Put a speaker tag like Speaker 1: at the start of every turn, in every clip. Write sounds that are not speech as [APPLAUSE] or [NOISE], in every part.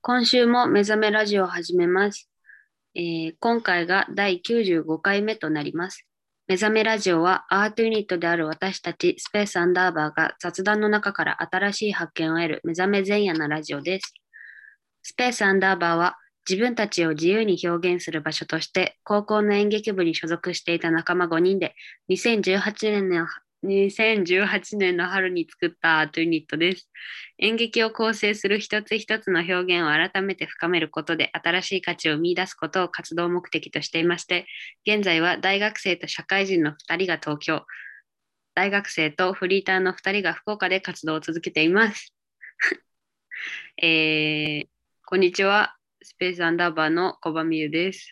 Speaker 1: 今週も目覚めラジオを始めます、えー今回が第95回目となります。目覚めラジオはアートユニットである私たちスペースアンダーバーが雑談の中から新しい発見を得る目覚め前夜のラジオです。スペースアンダーバーは自分たちを自由に表現する場所として高校の演劇部に所属していた仲間5人で2018年の2018年の春に作ったアートユニットです。演劇を構成する一つ一つの表現を改めて深めることで新しい価値を見出すことを活動目的としていまして現在は大学生と社会人の2人が東京大学生とフリーターの2人が福岡で活動を続けています。 [LAUGHS] えーこんにちはスペースアンダーバーの小場美優です。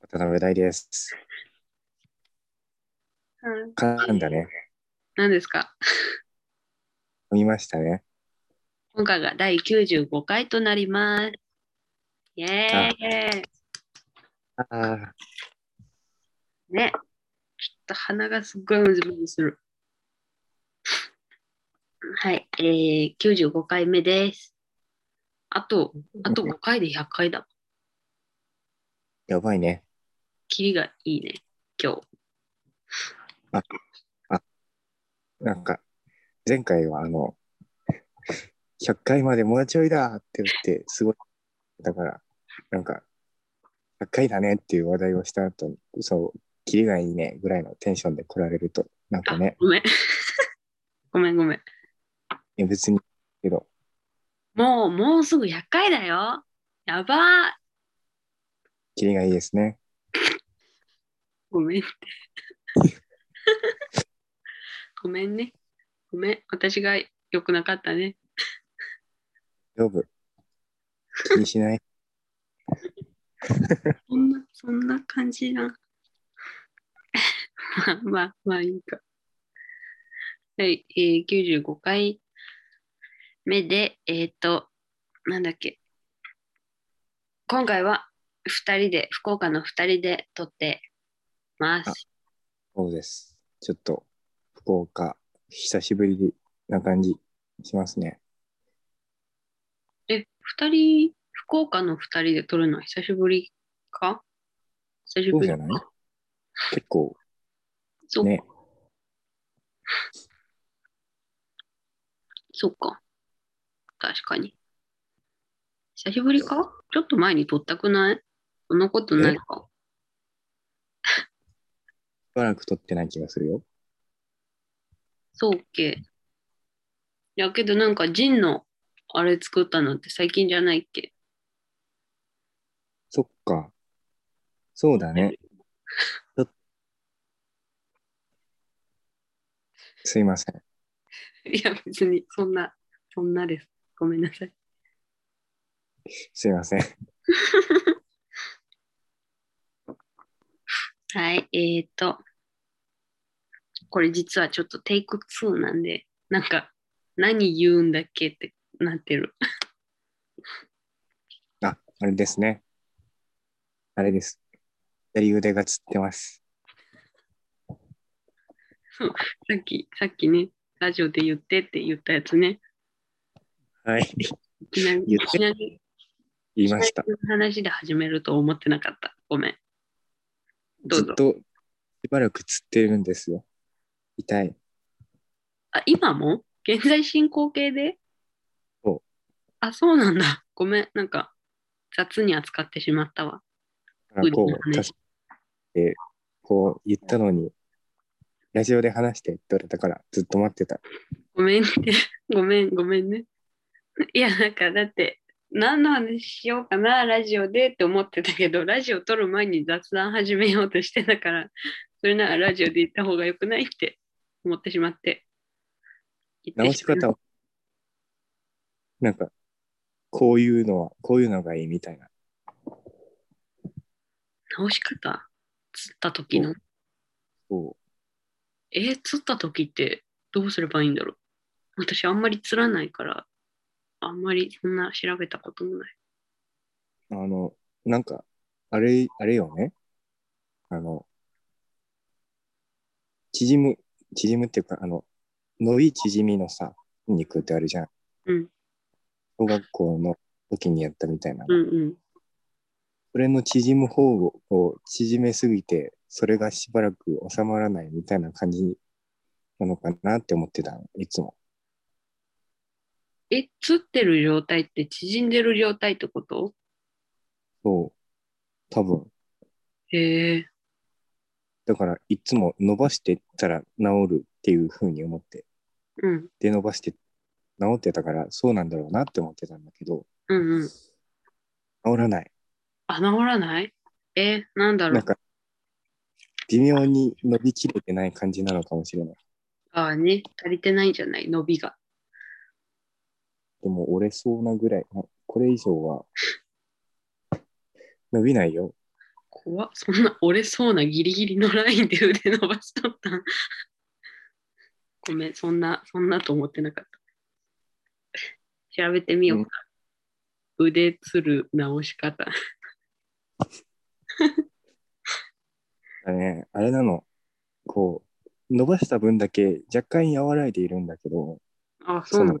Speaker 2: 渡辺大です。噛んだね。
Speaker 1: 何ですか
Speaker 2: 噛みましたね。
Speaker 1: 今回が第95回となります。イエーイ
Speaker 2: ああ、
Speaker 1: ね。ちょっと鼻がすっごいムズムズする。はい、えー、95回目です。あと、あと5回で100回だ。
Speaker 2: やばいね。
Speaker 1: キリがいいね、今日。
Speaker 2: なんか、前回はあの、100回までもうちょいだって言って、すごい。だから、なんか、100回だねっていう話題をした後に、そう、キリがいいねぐらいのテンションで来られると、なんかね、
Speaker 1: ごめん。 [LAUGHS] ごめんごめん。
Speaker 2: いや別に、けど、
Speaker 1: もう、もうすぐ100回だよ。やばー。
Speaker 2: キリがいいですね。
Speaker 1: ごめんって。 [LAUGHS] ごめんね。ごめん。私が良くなかったね。
Speaker 2: 大丈夫。気にしない。
Speaker 1: そんな、そんな感じな。ま [LAUGHS] あ、まあ、まあいいか。はい、えー、95回目で、えっ、と、なんだっけ。今回は2人で、福岡の2人で撮ってます。
Speaker 2: そうです。ちょっと、福岡、久しぶりな感じしますね。
Speaker 1: え、2人、福岡の2人で撮るのは久しぶりか久し
Speaker 2: そ
Speaker 1: ぶ
Speaker 2: う
Speaker 1: り
Speaker 2: じゃ
Speaker 1: か
Speaker 2: ない結構
Speaker 1: そう
Speaker 2: ね、
Speaker 1: そっか。確かに。久しぶりかちょっと前に撮ったくないそんなことないか。
Speaker 2: しばらく撮ってない気がするよ。
Speaker 1: そうっけ。いやけどなんかジンのあれ作ったのって最近じゃないっけ [LAUGHS]
Speaker 2: そっか。そうだね。ちょすいません。
Speaker 1: いや別にそんな、そんなです。ごめんなさい。
Speaker 2: すいません。
Speaker 1: はい、えー、っと。これ実はちょっとテイク2なんで、なんか何言うんだっけってなってる。
Speaker 2: あ、あれですね。あれです。左腕がつってます。
Speaker 1: さっき、さっきね、ラジオで言ってって言ったやつね。
Speaker 2: はい。
Speaker 1: いきなり、い
Speaker 2: 言って
Speaker 1: きなり、
Speaker 2: 言いました。
Speaker 1: いきなりの話で始めると思ってなかった。ごめん。どう
Speaker 2: ず
Speaker 1: ぞ
Speaker 2: っとしばらくつってるんですよ。痛い。
Speaker 1: あ、今も現在進行形で
Speaker 2: そう
Speaker 1: あ、そうなんだ。ごめん。なんか、雑に扱ってしまったわ。
Speaker 2: だからこ
Speaker 1: そう
Speaker 2: う、
Speaker 1: で
Speaker 2: 助
Speaker 1: す
Speaker 2: けて、こう言ったのに、ラジオで話してって言われたから、ずっと待ってた。
Speaker 1: ごめんって。ごめん、ごめんね。 [LAUGHS] いや、なんか、だって、何の話しようかな、ラジオでって思ってたけど、ラジオ撮る前に雑談始めようとしてたから、それならラジオで言った方がよくないって思ってしまって。言って
Speaker 2: 直し方を、なんか、こういうのは、こういうのがいいみたいな。
Speaker 1: 直し方釣った時の。
Speaker 2: そ
Speaker 1: えー、釣った時ってどうすればいいんだろう私あんまり釣らないから、あんまりそんな調べたこともない。
Speaker 2: う、あの、なんか、あれ、あれよね。あの、縮む、縮むっていうか、あの、伸び縮みのさ、肉ってあるじゃん。
Speaker 1: うん
Speaker 2: 小学校の時にやったみたいな、
Speaker 1: うんうん。
Speaker 2: それの縮む方を縮めすぎてそれがしばらく収まらないみたいな感じなのかなって思ってたのいつも
Speaker 1: え、つってる状態って縮んでる状態ってこと
Speaker 2: そう多分
Speaker 1: へえ。
Speaker 2: だからいつも伸ばしてったら治るっていうふうに思って
Speaker 1: うん。
Speaker 2: で伸ばして治ってたからそうなんだろうなって思ってたんだけど
Speaker 1: うんうん。
Speaker 2: 治らない
Speaker 1: あ、治らないえ、なんだろ
Speaker 2: なん
Speaker 1: う。
Speaker 2: か微妙に伸びきれてない感じなのかもしれない
Speaker 1: ああね、足りてないんじゃない伸びが。
Speaker 2: でも折れそうなぐらいあこれ以上は伸びないよ
Speaker 1: 怖っそんな折れそうなギリギリのラインで腕伸ばしとったん [LAUGHS] ごめんそんなそんなと思ってなかった調べてみようか、腕つる直し方
Speaker 2: だね、あれなの、こう、伸ばした分だけ若干和らいでいるんだけど、
Speaker 1: あそうな
Speaker 2: そ
Speaker 1: の
Speaker 2: の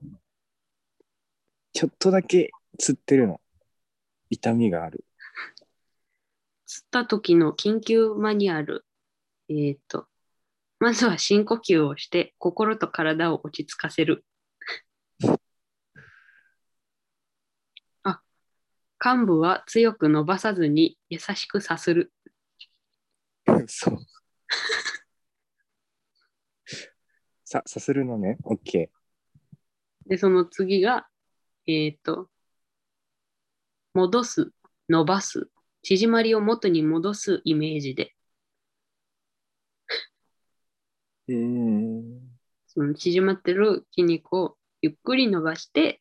Speaker 2: ちょっとだけつってるの。痛みがある。 [LAUGHS]
Speaker 1: つった時の緊急マニュアルえーっ、とまずは深呼吸をして心と体を落ち着かせる [LAUGHS] あ幹部は強く伸ばさずに優しくさする
Speaker 2: そう。 [LAUGHS] さ、さするのね。オッケ
Speaker 1: で、その次が、えっ、と、戻す、伸ばす、縮まりを元に戻すイメージで、
Speaker 2: ー。うん。
Speaker 1: その縮まってる筋肉をゆっくり伸ばして、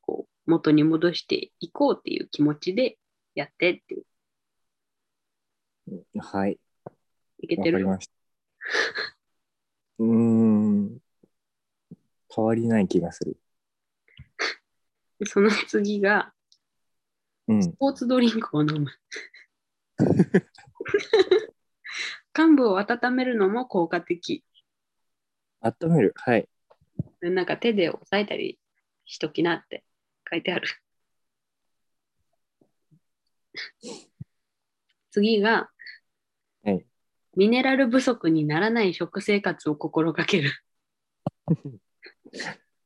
Speaker 1: こう、元に戻していこうっていう気持ちでやってっていう。
Speaker 2: はい。
Speaker 1: いけ
Speaker 2: わ
Speaker 1: て
Speaker 2: か
Speaker 1: る
Speaker 2: りました。うーん。変わりない気がする。
Speaker 1: でその次が、
Speaker 2: うん
Speaker 1: ス。ポーツドリンクを
Speaker 2: [LAUGHS]
Speaker 1: 飲む。患部を温めるのも効果的。
Speaker 2: 温める。はい。
Speaker 1: なんか手で押さえたりしときなって書いてある。次が、
Speaker 2: はい
Speaker 1: ミネラル不足にならない食生活を心がける。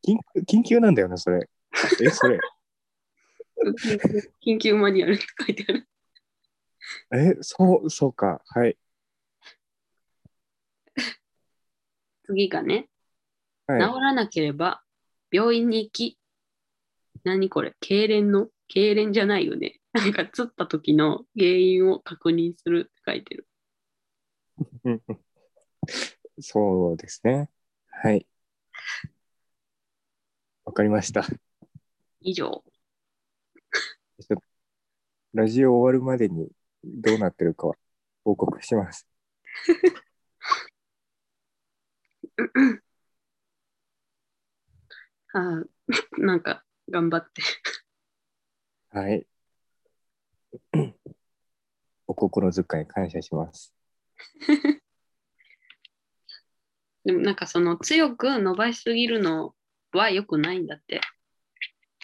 Speaker 2: 緊急緊急なんだよね、それ。え、それ。
Speaker 1: 緊急マニュアルって書いてある。
Speaker 2: え、そう、そうか。はい。
Speaker 1: 次がね、
Speaker 2: は
Speaker 1: 治
Speaker 2: い。
Speaker 1: らなければ病院に行き、何これ、痙攣の痙攣じゃないよね。なんか、つった時の原因を確認するって書いてる。
Speaker 2: そうですね。はい。わかりました。ち
Speaker 1: 以上。 [CLEARS THROAT]
Speaker 2: ょっとラジオ終わるまでにどうなってるかは報告します。
Speaker 1: あー [LAUGHS] なんか、頑張って。
Speaker 2: はい。 [CLEARS THROAT] お心遣い感謝します。
Speaker 1: でもなんかその強く伸ばしすぎるのは良くないんだって。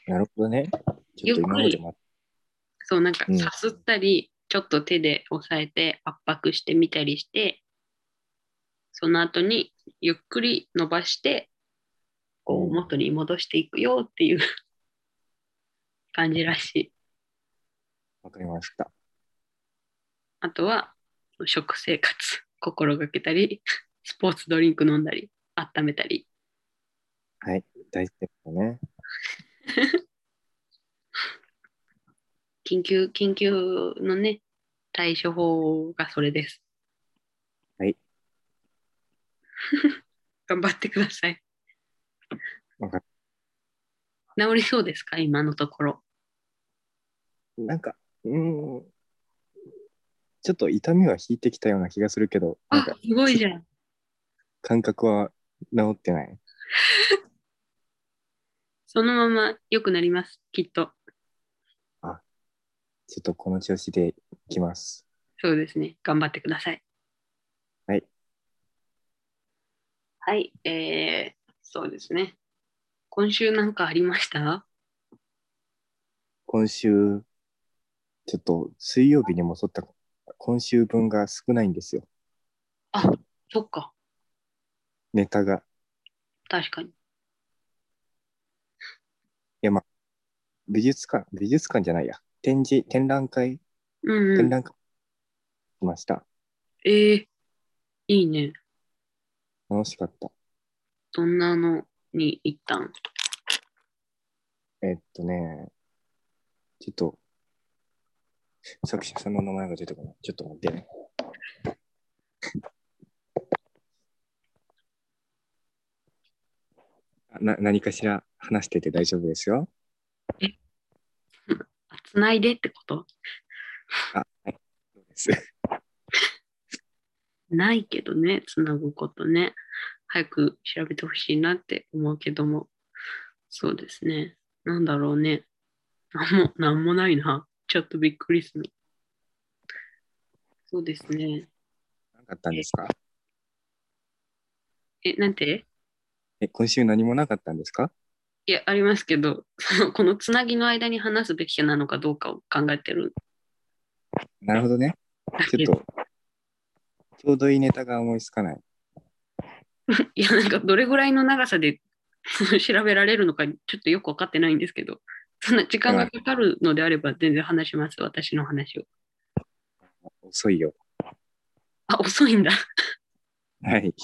Speaker 2: なるほどね。ちょっと今までも
Speaker 1: そうなんか
Speaker 2: うん
Speaker 1: さすったり、ちょっと手で押さえて圧迫してみたりして、その後にゆっくり伸ばして、こう
Speaker 2: うん
Speaker 1: 元に戻していくよっていう [LAUGHS] 感じらしい。
Speaker 2: わかりました。
Speaker 1: あとは食生活、心がけたり、スポーツドリンク飲んだり、温めたり。
Speaker 2: はい。大事ですよね。
Speaker 1: 緊急、緊急のね、対処法がそれです。
Speaker 2: はい。
Speaker 1: [LAUGHS] 頑張ってください。
Speaker 2: わかっ
Speaker 1: 治りそうですか今のところ。
Speaker 2: なんか、うーん。ちょっと痛みは引いてきたような気がするけど、なん
Speaker 1: あ
Speaker 2: か、
Speaker 1: すごいじゃん。
Speaker 2: 感覚は治ってない。
Speaker 1: そのまま良くなります。きっと。
Speaker 2: ちょっとこの調子でいきます。
Speaker 1: そうですね。頑張ってください。
Speaker 2: はい。
Speaker 1: はい。えー、そうですね。今週なんかありました
Speaker 2: 今週、ちょっと水曜日にもそった、今週分が少ないんですよ、
Speaker 1: あ、そっか。
Speaker 2: ネタが。
Speaker 1: 確かに。
Speaker 2: 美術館、美術館じゃないや、展示、展覧会、
Speaker 1: うん、う
Speaker 2: 展
Speaker 1: ん。
Speaker 2: 覧会、来ました。
Speaker 1: ええいいね。
Speaker 2: 楽しかった。
Speaker 1: どんなのに行ったん
Speaker 2: えっとね、ちょっと、作者さんの名前が出てこない。ちょっと待ってね。 [LAUGHS] な何かしら話してて大丈夫ですよ。
Speaker 1: あつないでってこと
Speaker 2: そうです [LAUGHS]
Speaker 1: ないけどね、つなぐことね。早く調べてほしいなって思うけども。そうですね。なんだろうね。なんも、なんもないな。ちょっとびっくりする。そうですね。
Speaker 2: 何かあったんですか
Speaker 1: え、なんて
Speaker 2: え、今週何もなかったんですか
Speaker 1: いや、ありますけど、そのこのつなぎの間に話すべきなのかどうかを考えてる。
Speaker 2: なるほどね。ちょっと、ちょうどいいネタが思いつかない。
Speaker 1: いや、なんかどれぐらいの長さで [LAUGHS] 調べられるのかちょっとよく分かってないんですけど、そんな時間がかかるのであれば全然話します、私の話を。
Speaker 2: 遅いよ。
Speaker 1: あ、遅いんだ。
Speaker 2: はい。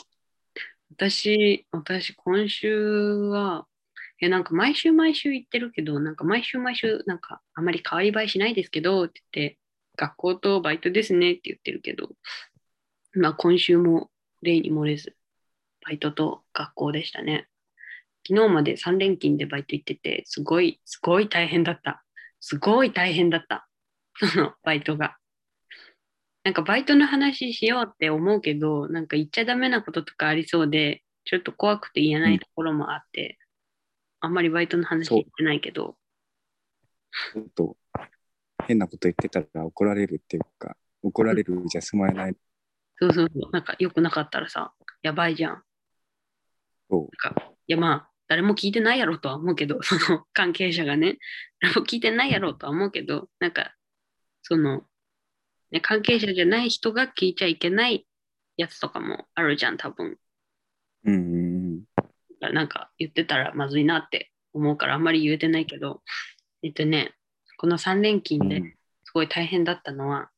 Speaker 1: 私、私、今週は、え、なんか毎週毎週行ってるけど、なんか毎週毎週、なんかあまり変わり映えしないですけど、って言って、学校とバイトですねって言ってるけど、まあ今週も例に漏れず、バイトと学校でしたね。昨日まで3連勤でバイト行ってて、すごい、すごい大変だった。すごい大変だった。そのバイトが。なんかバイトの話しようって思うけど、なんか言っちゃダメなこととかありそうで、ちょっと怖くて言えないところもあって、あんまりバイトの話
Speaker 2: そう
Speaker 1: 言ってないけど、
Speaker 2: ちょっと変なこと言ってたら怒られるっていうか、怒られるじゃ済まない
Speaker 1: そうそうそう、なんか良くなかったらさ、やばいじゃん。
Speaker 2: と、
Speaker 1: なんかいやまあ誰も聞いてないやろとは思うけどその関係者がね誰も聞いてないやろとは思うけどなんかその、ね、関係者じゃない人が聞いちゃいけないやつとかもあるじゃん多分
Speaker 2: うんうんうん、
Speaker 1: だからなんか言ってたらまずいなって思うからあんまり言えてないけどえっとねこの3連勤で
Speaker 2: うん
Speaker 1: すごい大変だったのは、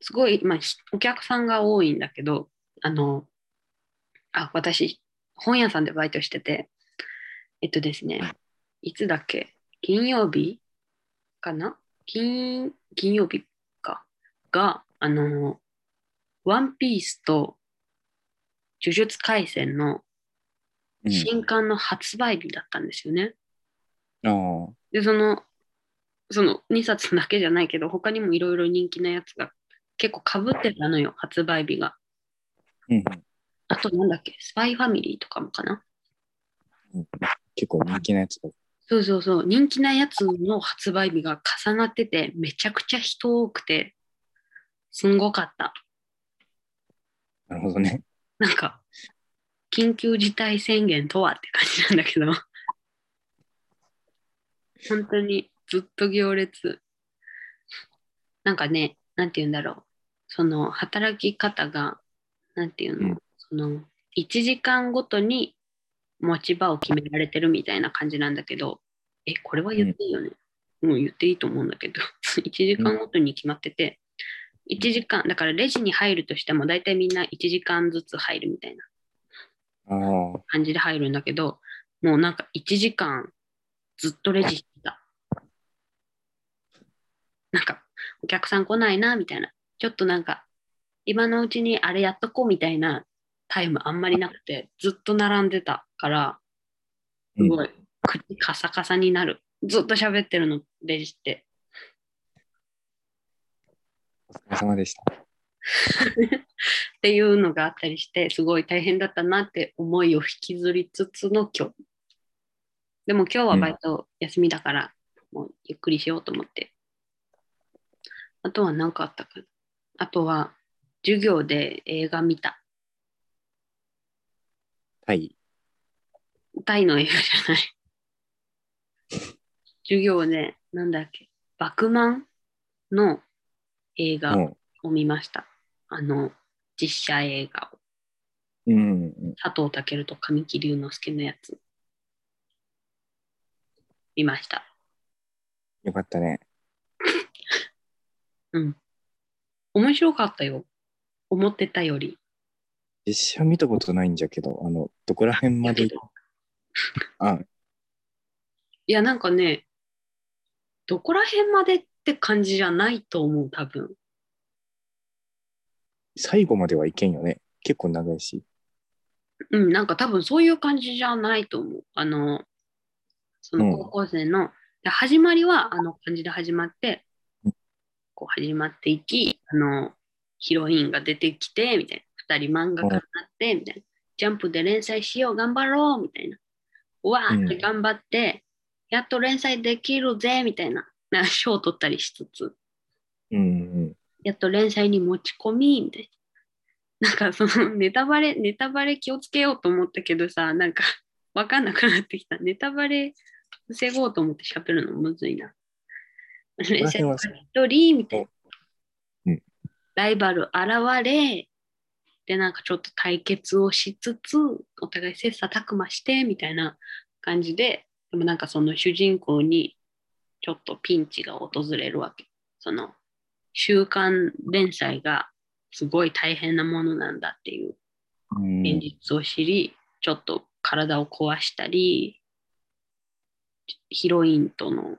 Speaker 1: すごい、まあ、ひお客さんが多いんだけど、あの、あ、私、本屋さんでバイトしてて、えっとですね、いつだっけ、金曜日かな金、金曜日か。が、あの、ワンピースと呪術廻戦の新刊の発売日だったんですよね。
Speaker 2: ああ、
Speaker 1: で、その、その2冊だけじゃないけど、他にもいろいろ人気なやつが結構かぶってたのよ、発売日が。
Speaker 2: うん、
Speaker 1: あとなんだっけ、スパイファミリーとかもかな。
Speaker 2: 結構人気なやつだ。
Speaker 1: そうそうそう、人気なやつの発売日が重なってて、めちゃくちゃ人多くて、すんごかった。
Speaker 2: なるほどね。
Speaker 1: なんか、緊急事態宣言とはって感じなんだ [LAUGHS] けど、本当にずっと行列。なんかね、なんて言うんだろう、その働き方が、なんていうの、
Speaker 2: うん
Speaker 1: その1時間ごとに持ち場を決められてるみたいな感じなんだけど、え、これは言っていいよね。もう言っていいと思うんだけど、1時 [LAUGHS] 間ごとに決まってて、1時間、だからレジに入るとしても、大体みんな1時間ずつ入るみたいな
Speaker 2: ああ、
Speaker 1: 感じで入るんだけど、もうなんか1時間ずっとレジしてた。なんか、お客さん来ないな、みたいな。ちょっとなんか、今のうちにあれやっとこうみたいなタイムあんまりなくて、ずっと並んでたから、すごい、口カサカサになる。ずっと喋ってるの、レジって。
Speaker 2: お疲れ様でした。
Speaker 1: っていうのがあったりしてすごい大変だったなって思いを引きずりつつの今日でも今日はバイト休みだから、もうゆっくりしようと思ってあとは何かあったかなあとは授業で映画見た
Speaker 2: はい。
Speaker 1: タイの映画じゃない授業で、なんだっけ、バクマンの映
Speaker 2: う
Speaker 1: 画
Speaker 2: ん。
Speaker 1: を見ました。あの、実写映画を。
Speaker 2: うんうん。
Speaker 1: 佐藤健と神木隆之介のやつ。見ました。
Speaker 2: よかったね。
Speaker 1: 面白かったよ。思ってたより。
Speaker 2: 実写見たことないんじゃけど、あの、どこら辺まで、あ、
Speaker 1: いや、なんかね、どこら辺までって感じじゃないと思う、多分。
Speaker 2: 最後まではいけんよね。結構長いし。
Speaker 1: うん、なんか多分そういう感じじゃないと思う。あの、その
Speaker 2: うん
Speaker 1: 高校生の、で始まりはあの感じで始まって
Speaker 2: う、
Speaker 1: こう始まっていき、あの、ヒロインが出てきて、みたいな。二人漫画家になって、みたいな。ジャンプで連載しよう、頑張ろう、みたいな。わーって
Speaker 2: うん
Speaker 1: 頑張って、やっと連載できるぜ、みたいな。な賞を取ったりしつつ。
Speaker 2: うん
Speaker 1: やっと連載に持ち込み、みたいな。なんかそのネタバレ、ネタバレ気をつけようと思ったけどさ、なんかわかんなくなってきた。ネタバレ防ごうと思って喋るのむずいな。連
Speaker 2: ら
Speaker 1: 載
Speaker 2: 辺はさ
Speaker 1: 一人、みたいな。
Speaker 2: うん
Speaker 1: ライバル現れ、で、なんかちょっと対決をしつつ、お互い切磋琢磨して、みたいな感じで、でもなんかその主人公にちょっとピンチが訪れるわけ。その週刊連載がすごい大変なものなんだっていう
Speaker 2: うん。う
Speaker 1: 現
Speaker 2: ん。
Speaker 1: 実を知り、ちょっと体を壊したりヒロインとの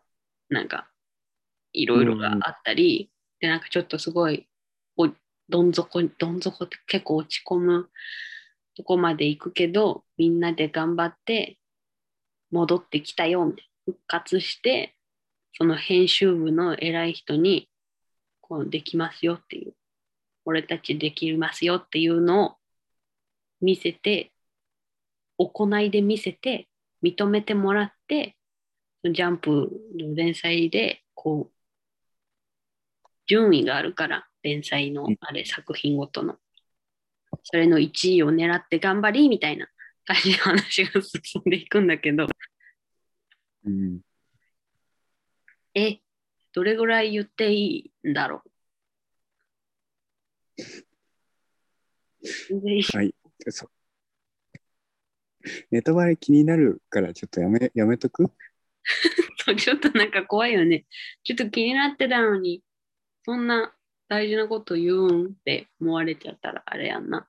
Speaker 1: なんかいろいろがあったり、でなんかちょっとすごいおどん底にどん底って結構落ち込むとこまで行くけどみんなで頑張って戻ってきたよみたいな復活してその編集部の偉い人にこうできますよっていう俺たちできますよっていうのを見せて行いで見せて認めてもらってジャンプの連載でこう順位があるから連載の
Speaker 2: うん
Speaker 1: あれ作品ごとのそれの1位を狙って頑張りみたいな感じの話が進んでいくんだけど
Speaker 2: うん
Speaker 1: えどれぐらい言っていいんだろうで
Speaker 2: そうネタバレ気になるから、ちょっとやめ、やめとく
Speaker 1: そうちょっとなんか怖いよね。ちょっと気になってたのに、そんな大事なこと言うんって思われちゃったらあれやんな。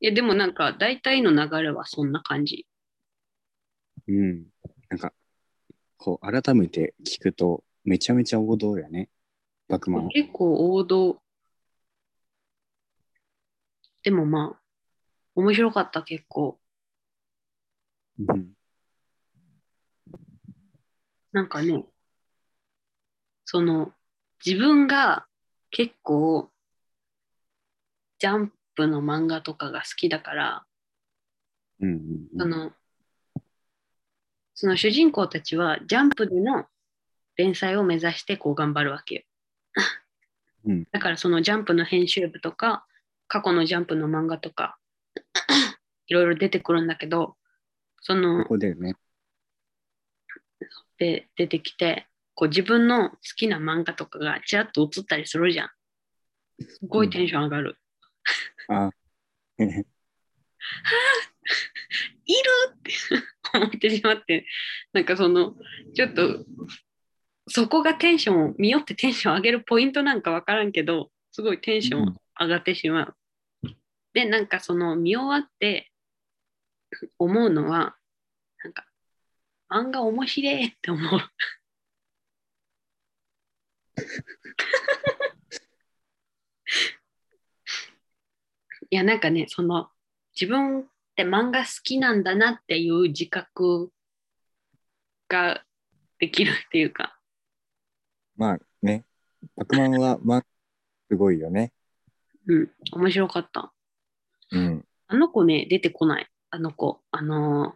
Speaker 1: いや、でもなんか大体の流れはそんな感じ。
Speaker 2: うん。なんか、こう、改めて聞くと、めちゃめちゃ王道やね。バクマン。
Speaker 1: 結構王道。でもまあ、面白かった結構。
Speaker 2: うん。
Speaker 1: なんかね、その、自分が結構、ジャンプの漫画とかが好きだから、
Speaker 2: うんうん
Speaker 1: その、その主人公たちはジャンプでの連載を目指してこう頑張るわけよ。
Speaker 2: うん
Speaker 1: だからそのジャンプの編集部とか、過去のジャンプの漫画とか、 [COUGHS] いろいろ出てくるんだけど、そ
Speaker 2: うん。
Speaker 1: の
Speaker 2: こ、こでね。
Speaker 1: で出てきて、こう自分の好きな漫画とかがちらっと映ったりするじゃん。すごいテンション上がる。
Speaker 2: あ、
Speaker 1: いるって思ってしまって、なんかその、ちょっと、そこがテンション、見よってテンション上げるポイントなんかわからんけど、すごいテンション上がってしまう。で、なんかその、見終わって思うのは、なんか、漫画面白いって思う。いや、なんかね、その、自分って漫画好きなんだなっていう自覚ができるっていうか、
Speaker 2: まあね。バクマンは、まあ、すごいよね。
Speaker 1: うん、面白かった。
Speaker 2: うん。
Speaker 1: あの子ね、出てこない。あの子、あの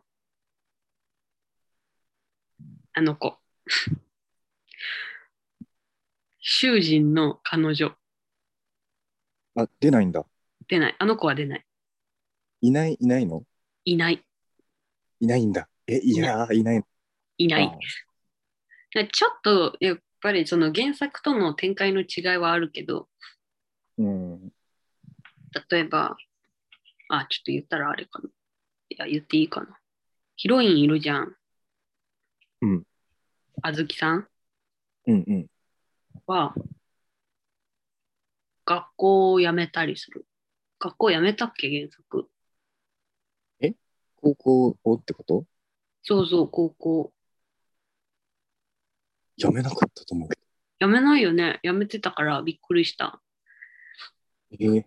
Speaker 1: ーあの子。 [LAUGHS] 囚人の彼女、
Speaker 2: あ、出ないんだ。
Speaker 1: 出ない。あの子は出ない。
Speaker 2: いない、いないの
Speaker 1: いない。
Speaker 2: いないんだ。え、いやー、いないの
Speaker 1: いない。
Speaker 2: あ
Speaker 1: ちょっとやっぱりその原作との展開の違いはあるけど、
Speaker 2: うん。
Speaker 1: 例えば、あ、ちょっと言ったらあれかな。いや、言っていいかな。ヒロインいるじゃん。
Speaker 2: うん。
Speaker 1: あずきさん
Speaker 2: うんうん。
Speaker 1: は、学校を辞めたりする。学校辞めたっけ、原作。
Speaker 2: 高校をってこと
Speaker 1: そうそう、高校。
Speaker 2: やめなかったと思うけ
Speaker 1: 辞めないよね。辞めてたからびっくりした。
Speaker 2: ど。えー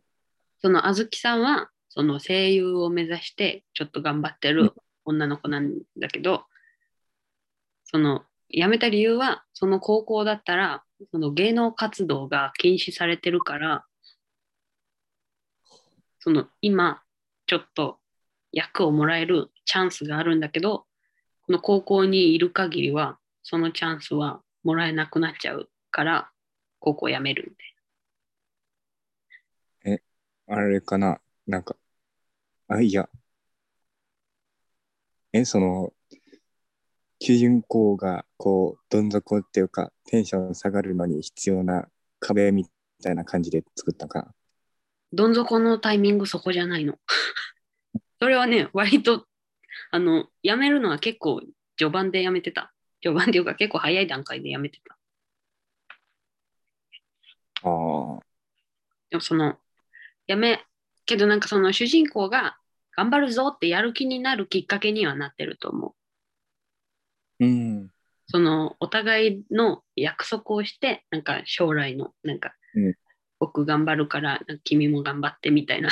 Speaker 1: そのあずきさんはその声優を目指してちょっと頑張ってる女の子なんだけどその辞めた理由はその高校だったらその芸能活動が禁止されてるからその今ちょっと役をもらえるチャンスがあるんだけどこの高校にいる限りはそのチャンスはもらえなくなっちゃうから高校辞める
Speaker 2: あれかななんか、あ、いや。え、その、求人校が、こう、どん底っていうか、テンション下がるのに必要な壁みたいな感じで作ったのかな。
Speaker 1: どん底のタイミングそこじゃないの。 [LAUGHS] それはね、割と、あの、辞めるのは結構序盤で辞めてた。序盤っていうか結構早い段階で辞めてた。
Speaker 2: ああ。
Speaker 1: でもその、辞め、けどなんかその主人公が頑張るぞってやる気になるきっかけにはなってると思う。
Speaker 2: うん。
Speaker 1: そのお互いの約束をしてなんか将来のなんか、
Speaker 2: うん
Speaker 1: 僕頑張るからなんか君も頑張ってみたいな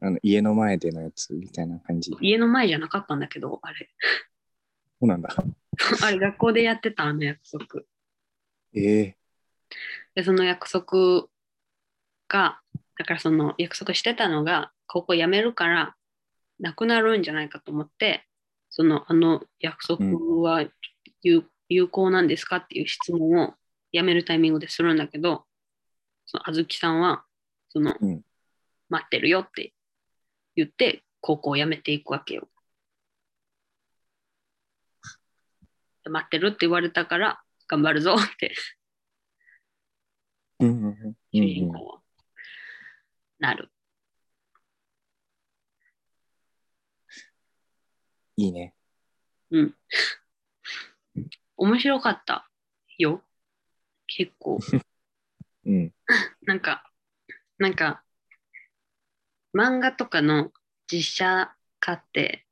Speaker 2: あの、家の前でのやつみたいな感じ。そ
Speaker 1: 家の前じゃなかったんだけどあれ [LAUGHS]
Speaker 2: うなんだ。
Speaker 1: あれ学校でやってたあの約束
Speaker 2: ええ
Speaker 1: でその約束がだからその約束してたのが高校辞めるからなくなるんじゃないかと思ってそのあの約束は有,、有効なんですかっていう質問を辞めるタイミングでするんだけどそのあずきさんはその、
Speaker 2: うん
Speaker 1: 待ってるよって言って高校を辞めていくわけよ。待ってるって言われたから頑張るぞって
Speaker 2: うんうんうんう
Speaker 1: 主人
Speaker 2: ん
Speaker 1: 公はなる。
Speaker 2: いいね。
Speaker 1: 面白かったよ。結
Speaker 2: [LAUGHS]
Speaker 1: 構。
Speaker 2: うん。
Speaker 1: なんか、なんか、漫画とかの実写化って、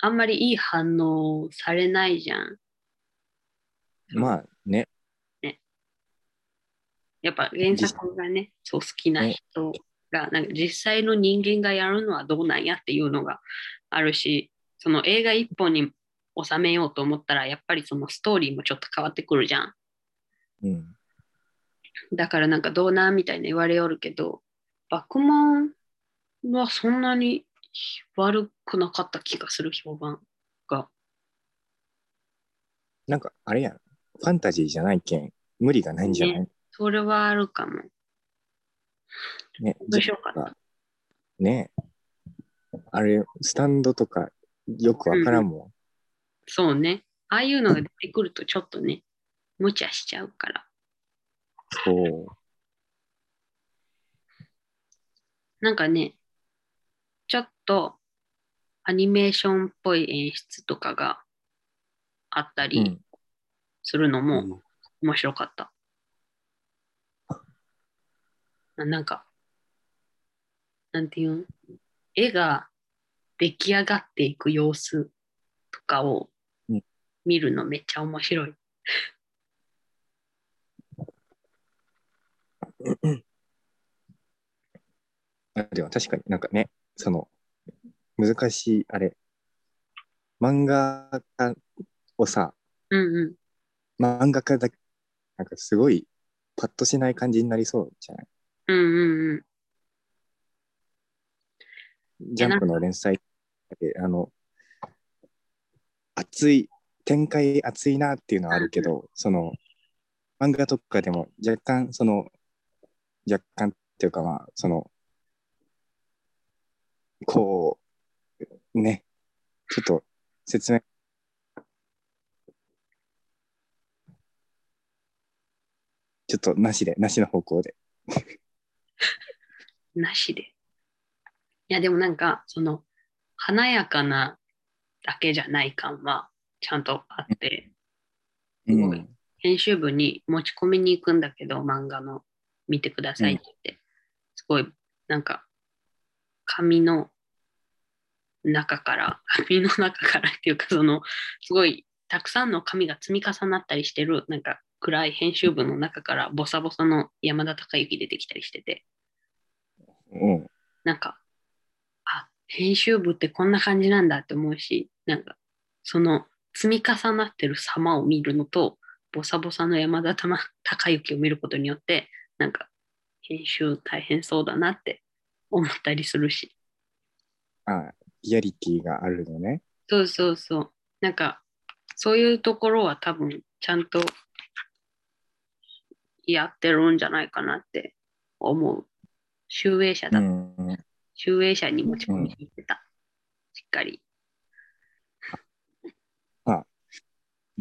Speaker 1: あんまりいい反応されないじゃん。
Speaker 2: まあね。
Speaker 1: やっぱ原作がね、そう好きな人が、なんか実際の人間がやるのはどうなんやっていうのがあるし、その映画一本に収めようと思ったら、やっぱりそのストーリーもちょっと変わってくるじゃん。
Speaker 2: うん。
Speaker 1: だからなんかどうなんみたいな言われよるけど、バクマンはそんなに悪くなかった気がする評判が。
Speaker 2: なんか、あれやん。ファンタジーじゃないけん、無理がないんじゃない、
Speaker 1: それはあるかも。
Speaker 2: ね。
Speaker 1: 面白かった。
Speaker 2: ねえ。あれ、スタンドとかよくわからんも
Speaker 1: そうね。ああいうのが出てくるとちょっとね、無茶しちゃうから。
Speaker 2: ん。そう。
Speaker 1: なんかね、ちょっとアニメーションっぽい演出とかがあったりするのも、
Speaker 2: うん
Speaker 1: 面白かった。ななんか、なんていうん絵が出来上がっていく様子とかを
Speaker 2: うん
Speaker 1: 見るのめっちゃ面白い。
Speaker 2: あでも確かになんかね、その、難しい、あれ、漫画家をさ、
Speaker 1: うんうん。
Speaker 2: 漫画家だけ、なんかすごい、パッとしない感じになりそうじゃない
Speaker 1: うんうんうん。
Speaker 2: ジャンプの連載で、あの、熱い、展開熱いなっていうのはあるけど、その、漫画とかでも若干、その、若干っていうかまあ、その、こう、ね、ちょっと説明ちょっとなしで、なしの方向で。
Speaker 1: なしで。いや、でもなんか、その、華やかなだけじゃない感は、ちゃんとあって、すごい
Speaker 2: うん
Speaker 1: 編集部に持ち込みに行くんだけど、漫画の見てくださいって言って、すごい、なんか、紙の中から、 [LAUGHS] 紙の中からっていうか、その、すごい、たくさんの紙が積み重なったりしてる、なんか、暗い編集部の中から、ボサボサの山田孝之出てきたりしてて、
Speaker 2: うん。
Speaker 1: なんか、あ、編集部ってこんな感じなんだって思うし、なんか、その積み重なってる様を見るのと、ボサボサの山田たま孝之を見ることによって、なんか、編集大変そうだなって思ったりするし。
Speaker 2: あリアリティがあるのね。
Speaker 1: そうそうそう。なんか、そういうところは多分、ちゃんとやってるんじゃないかなって思う。集英社
Speaker 2: う
Speaker 1: だと
Speaker 2: ん。
Speaker 1: 集英社に持ち込みに行ってた。しっかり。
Speaker 2: バ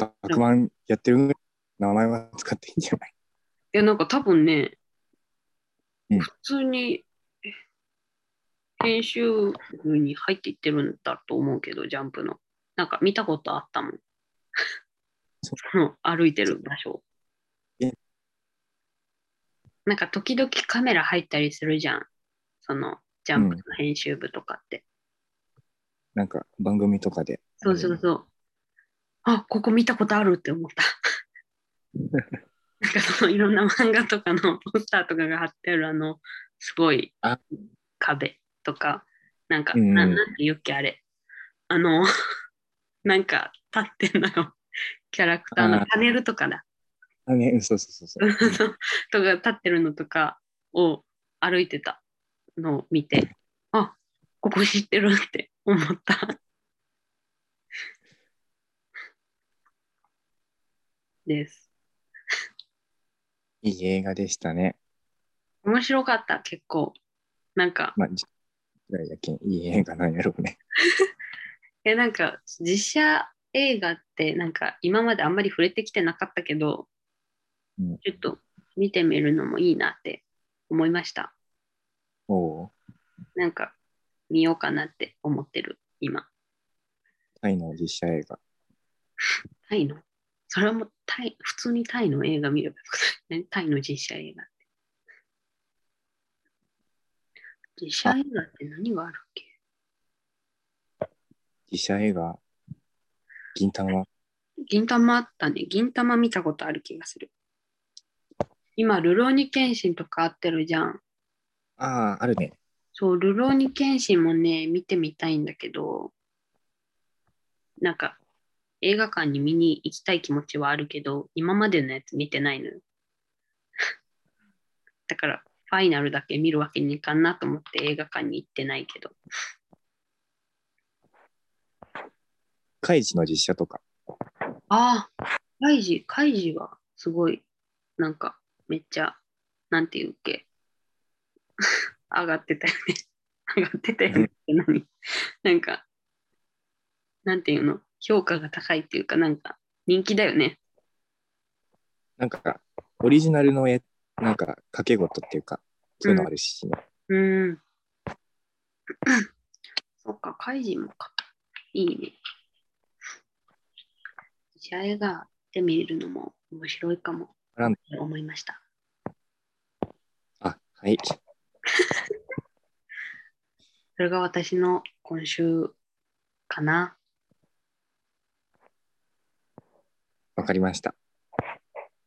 Speaker 2: ックマンやってるぐらい名前は使っていいんじゃない [LAUGHS]
Speaker 1: いや、なんか多分ね、
Speaker 2: うん
Speaker 1: 普通にえ編集部に入っていってるんだと思うけど、ジャンプの。なんか見たことあったもん。
Speaker 2: そ
Speaker 1: [LAUGHS] その歩いてる場所
Speaker 2: え。
Speaker 1: なんか時々カメラ入ったりするじゃん。そのジャンプの編集部とかって。
Speaker 2: なんか番組とかで。
Speaker 1: そうそうそう。あ、ここ見たことあるって思
Speaker 2: [LAUGHS]
Speaker 1: った。なんかそのいろんな漫画とかのポスターとかが貼ってあるあの、すごい
Speaker 2: あ
Speaker 1: 壁とか、なんか、
Speaker 2: うん
Speaker 1: ななんていうっけあれ。あの、 [LAUGHS] なんか立ってんのよ。キャラクターの
Speaker 2: あ
Speaker 1: パネルとかだ。
Speaker 2: あね、うんそうそうそうそう。 [LAUGHS]
Speaker 1: とか立ってるのとかを歩いてたのを見て、あ、ここ知ってるって思った。です。
Speaker 2: いい映画でしたね。
Speaker 1: 面白かった、結構。なんか、
Speaker 2: まあ、じいやいやけんいい映画なんやろうね。 [LAUGHS]
Speaker 1: え、なんか、実写映画って、なんか、今まであんまり触れてきてなかったけど、
Speaker 2: うん
Speaker 1: ちょっと見てみるのもいいなって思いました。
Speaker 2: おお
Speaker 1: なんか、見ようかなって思ってる、今。
Speaker 2: ー、タイの実写映画。
Speaker 1: タイのそれもタイ、普通にタイの映画見ればよくない、 [LAUGHS] ね、タイの実写映画って。実写映画って何があるっけ
Speaker 2: 実写映画、銀玉。
Speaker 1: 銀玉あったね。銀玉見たことある気がする。今、ルローニケンシンとかあってるじゃん。
Speaker 2: ああ、あるね。
Speaker 1: そう、ルローニケンシンもね、見てみたいんだけど、なんか、映画館に見に行きたい気持ちはあるけど、今までのやつ見てないのよ。 [LAUGHS] だから、ファイナルだけ見るわけにいかんなと思って映画館に行ってないけど。
Speaker 2: カイジの実写とか。
Speaker 1: ああ、カイジ、カイジはすごい、なんか、めっちゃ、なんていうっけ、 [LAUGHS] 上がってたよね。 [LAUGHS] 上がってたよねって何なんか、なんていうの、評価が高いっていうか、なんか、人気だよね。
Speaker 2: なんか、オリジナルの絵、なんか、掛け事っていうか、そういうのあるし、ね
Speaker 1: うーん。 [COUGHS] そっか、カイジもか。いいね。試合がで見るのも面白いかも
Speaker 2: あら、
Speaker 1: 思いました。
Speaker 2: あ、はい。
Speaker 1: それが私の今週かな。
Speaker 2: わかりました。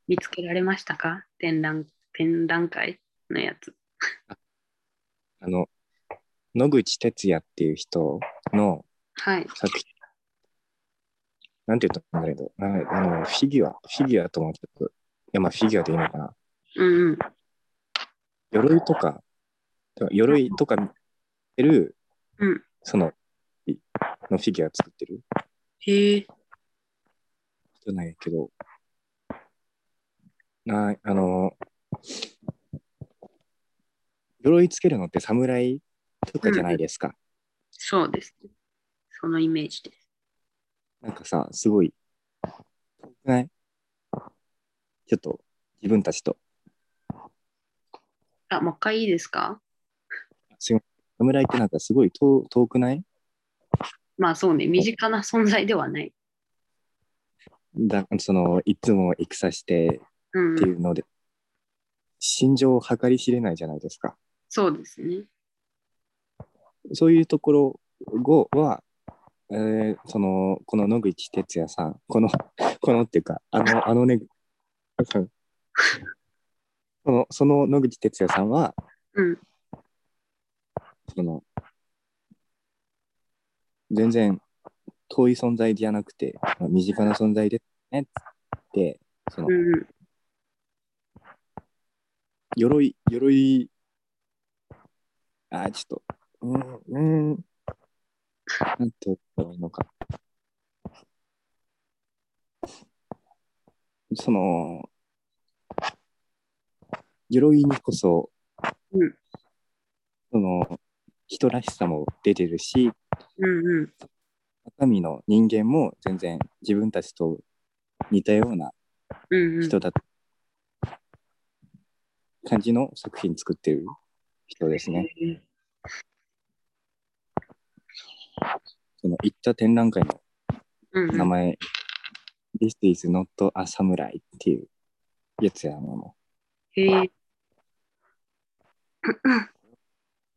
Speaker 1: 見つけられましたか展覧展覧会のやつ。
Speaker 2: あの、野口哲也っていう人の
Speaker 1: はい。
Speaker 2: 作品。なんて言ったんだけど、なあの、フィギュア、フィギュアともちょっと、いや、まあ、フィギュアでいいのかな。
Speaker 1: うんうん。
Speaker 2: 鎧とか、だから鎧とか見てる、
Speaker 1: うん
Speaker 2: その、いのフィギュア作ってる
Speaker 1: へえ。
Speaker 2: じゃないけど、なあの、鎧つけるのって侍とかじゃないですか。
Speaker 1: そうです。そのイメージです。
Speaker 2: なんかさ、すごい、遠くないちょっと自分たちと
Speaker 1: あ、もう一回いいですか
Speaker 2: 侍ってなんかすごい遠遠くない
Speaker 1: まあそうね、身近な存在ではない。
Speaker 2: だそのいつも戦して
Speaker 1: う
Speaker 2: って
Speaker 1: ん、
Speaker 2: いうので、心情を計り知れないじゃないですか。
Speaker 1: そうですね。
Speaker 2: そういうところ後は、えーそのこの野口哲也さん、この、このっていうか、あの、あのね、そのそのその野口哲也さんは、
Speaker 1: うん、
Speaker 2: その、全然遠い存在じゃなくて、まあ身近な存在ですねって、その
Speaker 1: う、ん、うん
Speaker 2: 鎧、鎧、あー、ちょっと、うん、うん、なんて言ったらいいのか。その、鎧にこそ、
Speaker 1: うん
Speaker 2: その、人らしさも出てるし、
Speaker 1: うん、うん、
Speaker 2: 中身の人間も全然自分たちと似たような
Speaker 1: うん、うん
Speaker 2: 人だ、感じの作品作ってる人ですね。その行った展覧会の
Speaker 1: うんうん
Speaker 2: 名前、This is not a samurai っていうやつやもの。
Speaker 1: へえ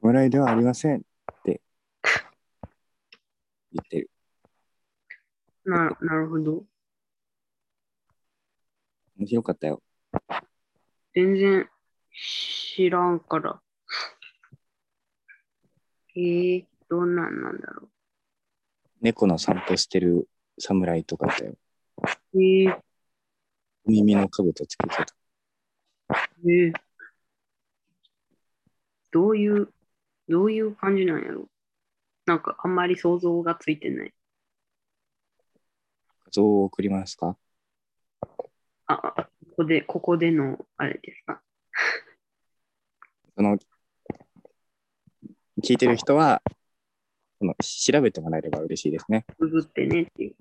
Speaker 2: 侍ではありませんって言ってる。
Speaker 1: ななるほど。
Speaker 2: 面白かったよ。
Speaker 1: 全然知らんから。へえどんなんなんだろ
Speaker 2: 猫の散歩してる侍とかだよ。
Speaker 1: う。へえ
Speaker 2: 耳のかぶとつけてた。
Speaker 1: へえどういう、どういう感じなんやろなんかあんまり想像がついてない。
Speaker 2: 画像を送りますか
Speaker 1: あ、あここで、ここでのあれですか。
Speaker 2: その、聞いてる人は、その調べてもらえれば嬉しいですね。
Speaker 1: ググってねっていう。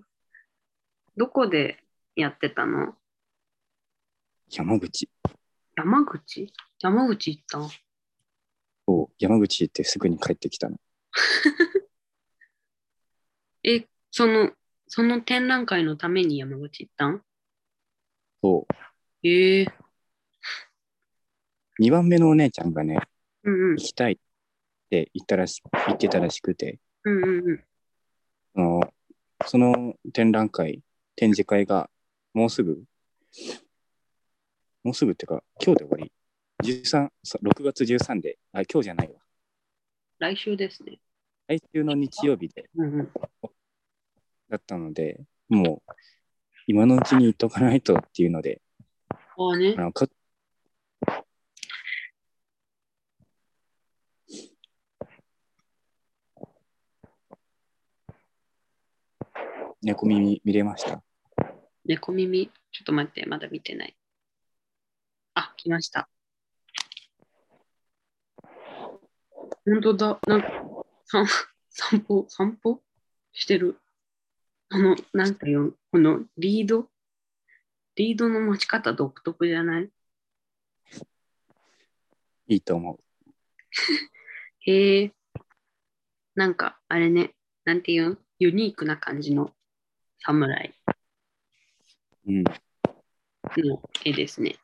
Speaker 1: どこでやってたの
Speaker 2: 山口。
Speaker 1: 山口山口行ったん
Speaker 2: そう、山口行ってすぐに帰ってきたの。
Speaker 1: え、その、その展覧会のために山口行ったん
Speaker 2: そう、
Speaker 1: ええ
Speaker 2: 2番目のお姉ちゃんがね、
Speaker 1: うんうん
Speaker 2: 行。きたいって言ったらし言ってたらしくて、
Speaker 1: うんうんうん。
Speaker 2: あのその展覧会、展示会がもうすぐ、もうすぐっていうか、今日で終わり、13そう6月13で、あ、今日じゃないわ、
Speaker 1: 来週ですね。
Speaker 2: 来週の日曜日で
Speaker 1: うんうん。
Speaker 2: だったので、もう今のうちに行っとかないとっていうので、
Speaker 1: ああね
Speaker 2: あ。のか猫耳見れました
Speaker 1: 猫耳。ちょっと待って、まだ見てない。あ、来ました。本当だ。なんか、散散歩、散歩してる。この、なんかよ、このリードリードの持ち方独特じゃない
Speaker 2: いいと思う。
Speaker 1: へえ。なんか、あれね、なんていうんユニークな感じの侍
Speaker 2: うん、
Speaker 1: の絵ですね。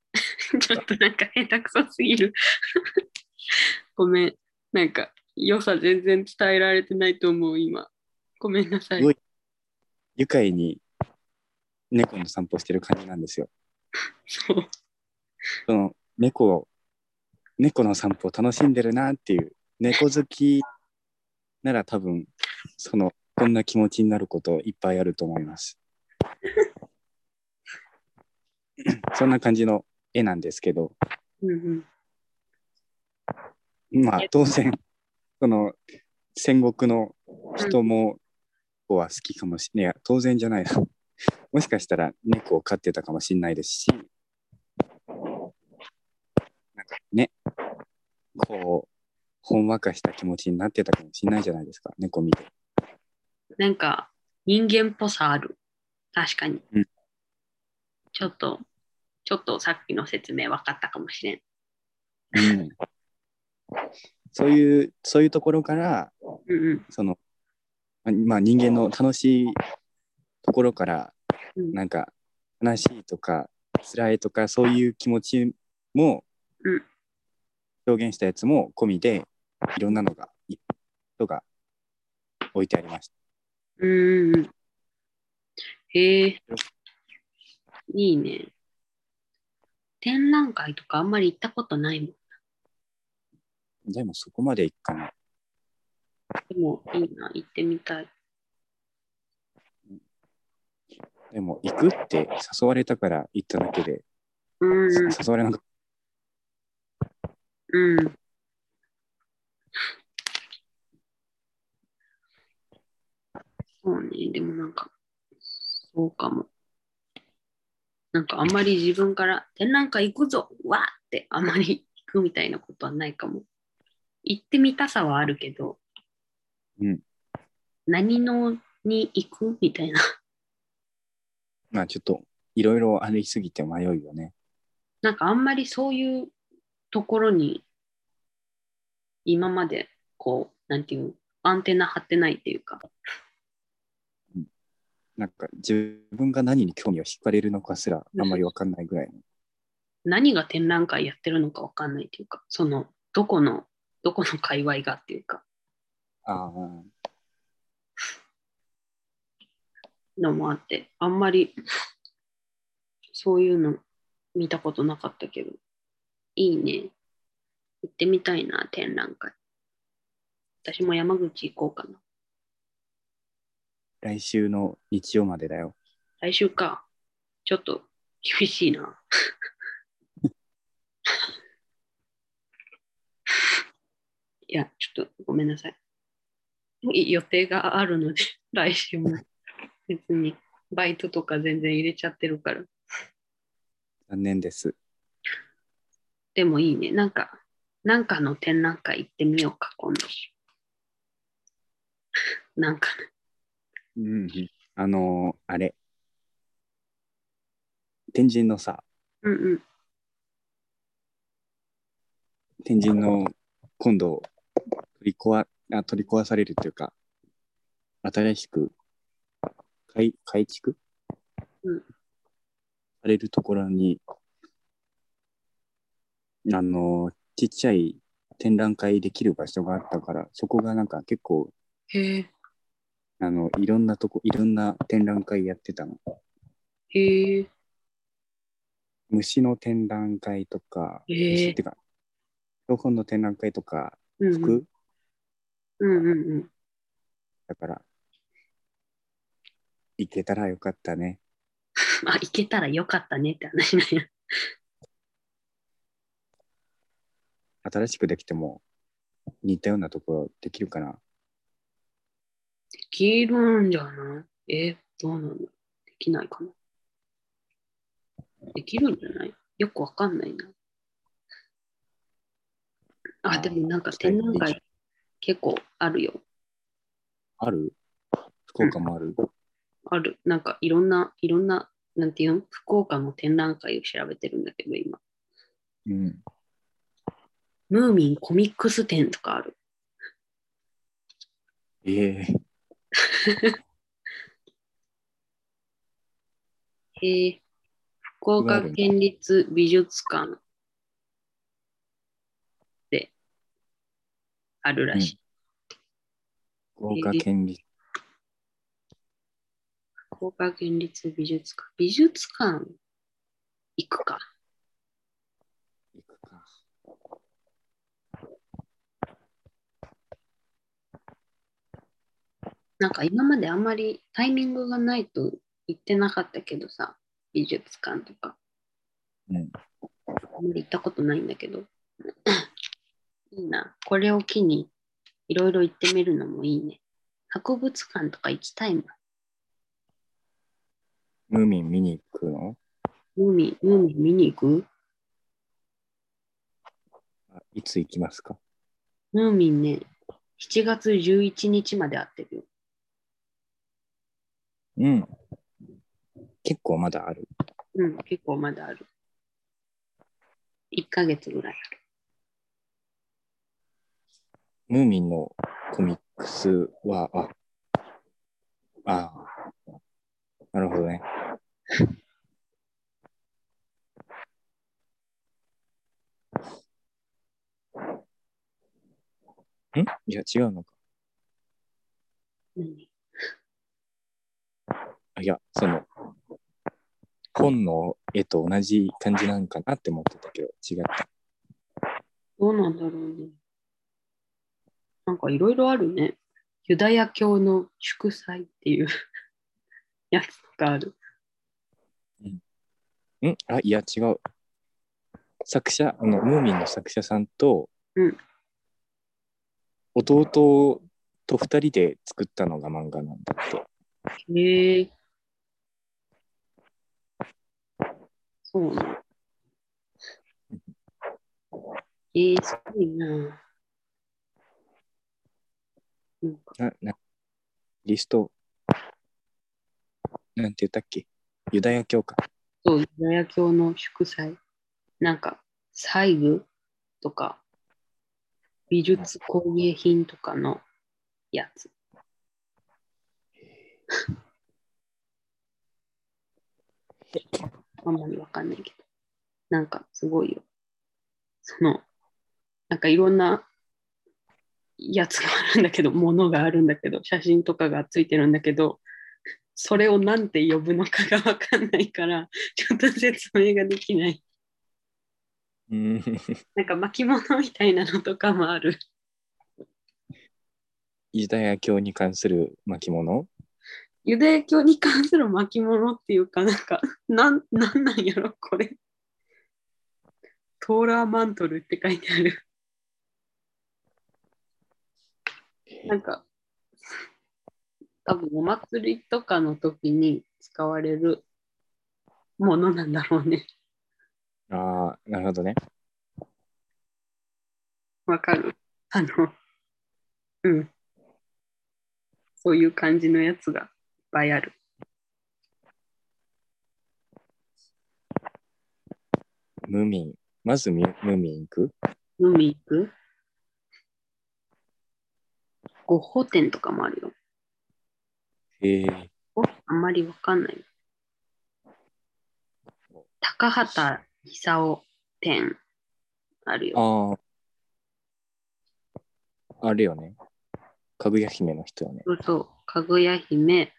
Speaker 1: [LAUGHS] ちょっとなんか下手くそすぎる。 [LAUGHS] ごめん。なんか良さ全然伝えられてないと思う今。ごめんなさい
Speaker 2: すご。い愉快に猫の散歩してる感じなんですよ。
Speaker 1: そう。
Speaker 2: その猫を猫の散歩を楽しんでるなっていう猫好きなら多分そのこんな気持ちになることいっぱいあると思います。そんな感じの絵なんですけど、
Speaker 1: うんうん、
Speaker 2: まあ当然その戦国の人も猫は好きかもしれないや当然じゃない [LAUGHS] なもしかしたら猫を飼ってたかもしれないですしなんかねこうほんわかした気持ちになってたかもしれないじゃないですか猫見て
Speaker 1: なんか人間っぽさある。確かに。
Speaker 2: うん
Speaker 1: ちょっと、ちょっとさっきの説明分かったかもしれん。
Speaker 2: うん、 [LAUGHS] そういうそういうところから
Speaker 1: うんうん
Speaker 2: そのあまあ人間の楽しいところから
Speaker 1: うん
Speaker 2: なんか悲しいとか辛いとかそういう気持ちも
Speaker 1: うん
Speaker 2: 表現したやつも込みでいろんなのがいとが置いてありました。
Speaker 1: うんうん。へえ。いいね。展覧会とかあんまり行ったことないもん。
Speaker 2: でもそこまでいっかな。
Speaker 1: でもいいな、行ってみたい。
Speaker 2: でも行くって誘われたから行っただけで、
Speaker 1: うんうん
Speaker 2: 誘われなかっ
Speaker 1: うん。そうね、でもなんか、そうかも。なんかあんまり自分から展覧会行くぞわーってあんまり行くみたいなことはないかも。行ってみたさはあるけど、
Speaker 2: うん
Speaker 1: 何のに行くみたいな。
Speaker 2: た。まあちょっといろいろ歩きすぎて迷うよね。
Speaker 1: なんかあんまりそういうところに今までこう、なんていうの、アンテナ張ってないっていうか。
Speaker 2: なんか自分が何に興味を引かれるのかすらあんまりわかんないぐらいの。
Speaker 1: 何が展覧会やってるのか分かんないというか、そのどこの、どこの界隈がっていうか、
Speaker 2: ああ、
Speaker 1: のもあって、あんまり [LAUGHS] そういうの見たことなかったけど、いいね。行ってみたいな、展覧会。私も山口行こうかな。
Speaker 2: 来週の日曜までだよ。
Speaker 1: 来週か。ちょっと厳しいな。 [LAUGHS] いや、ちょっとごめんなさい。い予定があるので、 [LAUGHS] 来週も別にバイトとか全然入れちゃってるから。
Speaker 2: 残念です。
Speaker 1: でもいいね。なんか、なんかの展覧会行ってみようか、今度。なんか、
Speaker 2: うん、あのーあれ。天神のさ、
Speaker 1: うんうん。
Speaker 2: 天神の今度取り壊あ取り壊されるというか、新しく改改築、
Speaker 1: うん
Speaker 2: されるところに、あのーちっちゃい展覧会できる場所があったから、そこがなんか結構
Speaker 1: へえ、
Speaker 2: あの、いろんなとこ、いろんな展覧会やってたの。
Speaker 1: へえ、
Speaker 2: 虫の展覧会とか、
Speaker 1: へえ
Speaker 2: 虫ってか、標本の展覧会とか、
Speaker 1: うん
Speaker 2: 服、
Speaker 1: うん。うんうんうん。
Speaker 2: だから、行けたらよかったね。
Speaker 1: まあ、行けたらよかったねって話なんや。
Speaker 2: 新しくできても、似たようなところできるかな。
Speaker 1: できるんじゃないえ、どうなのできないかなできるんじゃないよくわかんないな。あ、でもなんか展覧会結構あるよ。
Speaker 2: ある福岡もある、
Speaker 1: ある。なんかいろんな、いろんな、なんていうの福岡の展覧会を調べてるんだけど、今。
Speaker 2: うん。
Speaker 1: ムーミンコミックス展とかある。
Speaker 2: ええ
Speaker 1: へえ。福岡県立美術館であるらしい。
Speaker 2: 福岡県立、
Speaker 1: 福岡県立美術館。美術館行くか。
Speaker 2: 行くか。
Speaker 1: なんか今まであんまりタイミングがないと行ってなかったけどさ、美術館とか。
Speaker 2: うん
Speaker 1: あんまり行ったことないんだけど。 [COUGHS] いいな。これを機にいろいろ行ってみるのもいいね。博物館とか行きたいもん。
Speaker 2: ムーミン見に行くの
Speaker 1: ムーミン、ムーミン見に行く
Speaker 2: あいつ行きますか
Speaker 1: ムーミンね、7月11日まで会ってるよ。
Speaker 2: うん。結構まだある。
Speaker 1: うん、結構まだある。1ヶ月ぐらいある。
Speaker 2: ムーミンのコミックスは、あ、あなるほどね。 [LAUGHS] んいや、違うのか。
Speaker 1: 何
Speaker 2: あいや、その、本の絵と同じ感じなんかなって思ってたけど、違った。
Speaker 1: どうなんだろうね。なんかいろいろあるね。ユダヤ教の祝祭っていう [LAUGHS] やつがある。
Speaker 2: んあ、いや、違う。作者、あの、ムーミンの作者さんと、
Speaker 1: うん
Speaker 2: 弟と二人で作ったのが漫画なんだって。
Speaker 1: へえ。そうなの。ええー、すごいな。なんか
Speaker 2: な、な、リスト、なんて言ったっけユダヤ教か。
Speaker 1: そう、ユダヤ教の祝祭。なんか、細部とか、美術工芸品とかのやつ。あんまりわかんないけど。なんか、すごいよ。その、なんかいろんなやつがあるんだけど、ものがあるんだけど、写真とかがついてるんだけど、それをなんて呼ぶのかがわかんないから、ちょっと説明ができない。
Speaker 2: うん。 [LAUGHS]
Speaker 1: なんか巻物みたいなのとかもある。
Speaker 2: ユダヤ教に関する巻物
Speaker 1: ユダヤ教に関する巻物っていうか、なんか、なんなんなんやろ、これ。トーラーマントルって書いてある。なんか、多分お祭りとかの時に使われるものなんだろうね。
Speaker 2: ああ、なるほどね。
Speaker 1: わかるあの、うん。そういう感じのやつがいっぱいある。
Speaker 2: ムーミン。まずミムーミン行く
Speaker 1: 海行くゴッホ展とかもあるよ。
Speaker 2: へえ。
Speaker 1: おあんまりわかんない。高畑勲展あるよ。
Speaker 2: ああ。あれよね。かぐや姫の人よね。
Speaker 1: そうそう、かぐや姫、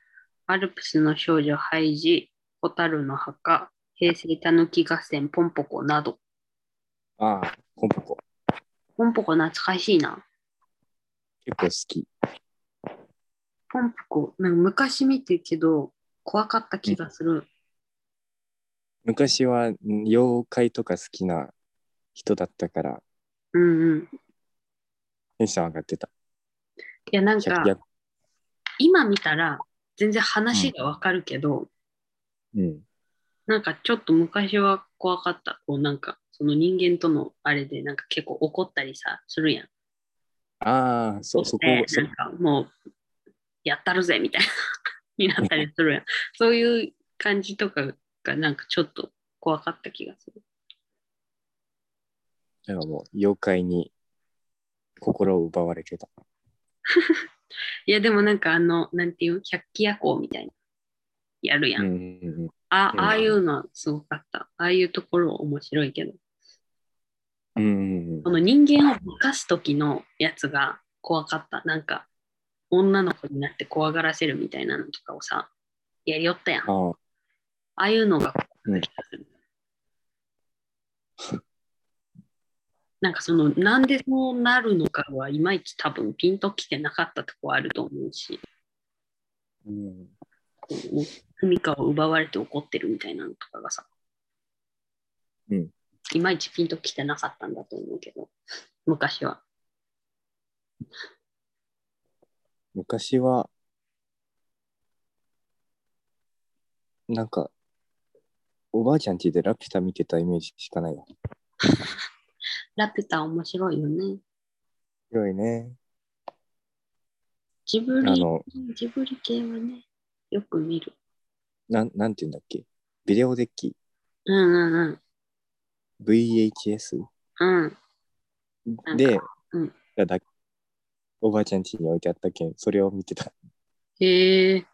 Speaker 1: アルプスの少女ハイジ、ホタルの墓、平成たぬき合戦、ポンポコなど。
Speaker 2: ああ、ポンポコ。
Speaker 1: ポンポコ懐かしいな。
Speaker 2: 結構好き。
Speaker 1: ポンポコ、なんか昔見てるけど、怖かった気がする。
Speaker 2: 昔はん妖怪とか好きな人だったから、
Speaker 1: うんうん。
Speaker 2: テンション上がってた。
Speaker 1: いや、なんか
Speaker 2: 百、百
Speaker 1: 今見たら全然話がわかるけど、
Speaker 2: うん。
Speaker 1: なんかちょっと昔は怖かった。こうなんか、その人間とのあれでなんか結構怒ったりさ、するやん。
Speaker 2: ああ、そう、そこ、
Speaker 1: で
Speaker 2: そ
Speaker 1: なんかもう、やったるぜみたいな、 [LAUGHS] になったりするやん。そういう感じとかがなんかちょっと怖かった気がする。
Speaker 2: だからもう妖怪に心を奪われてた。
Speaker 1: いや、でもなんかあの、なんていう、百鬼夜行みたいな。やるや。
Speaker 2: うんんうんうん
Speaker 1: あ
Speaker 2: うん
Speaker 1: ああいうのはすごかった。ああいうところ面白いけど。
Speaker 2: うんうん
Speaker 1: その人間を生かす時のやつが怖かった。なんか、女の子になって怖がらせるみたいなのとかをさ、やりよったやん。あ
Speaker 2: ああ、
Speaker 1: あいうのが怖かった気がする。なんかその、なんでそうなるのかはいまいち多分ピンときてなかったとこあると思うし、
Speaker 2: うん、
Speaker 1: こう文化を奪われて怒ってるみたいなのとかがさ、
Speaker 2: うん
Speaker 1: いまいちピンときてなかったんだと思うけど、昔は。
Speaker 2: 昔はなんかおばあちゃん家でラピュタ見てたイメージしかないわ。
Speaker 1: ラピュタ面白いよね。
Speaker 2: 広いね。
Speaker 1: ジブ
Speaker 2: あ
Speaker 1: リ、
Speaker 2: の、
Speaker 1: ジブリ系はね、よく見る。
Speaker 2: なんなんて言うんだっけビデオデッキ
Speaker 1: うんうん
Speaker 2: ?VHS?
Speaker 1: うん。うん。
Speaker 2: で、
Speaker 1: うん
Speaker 2: だだおばあちゃん家に置いてあったけん、それを見てた。 [LAUGHS]
Speaker 1: へえ。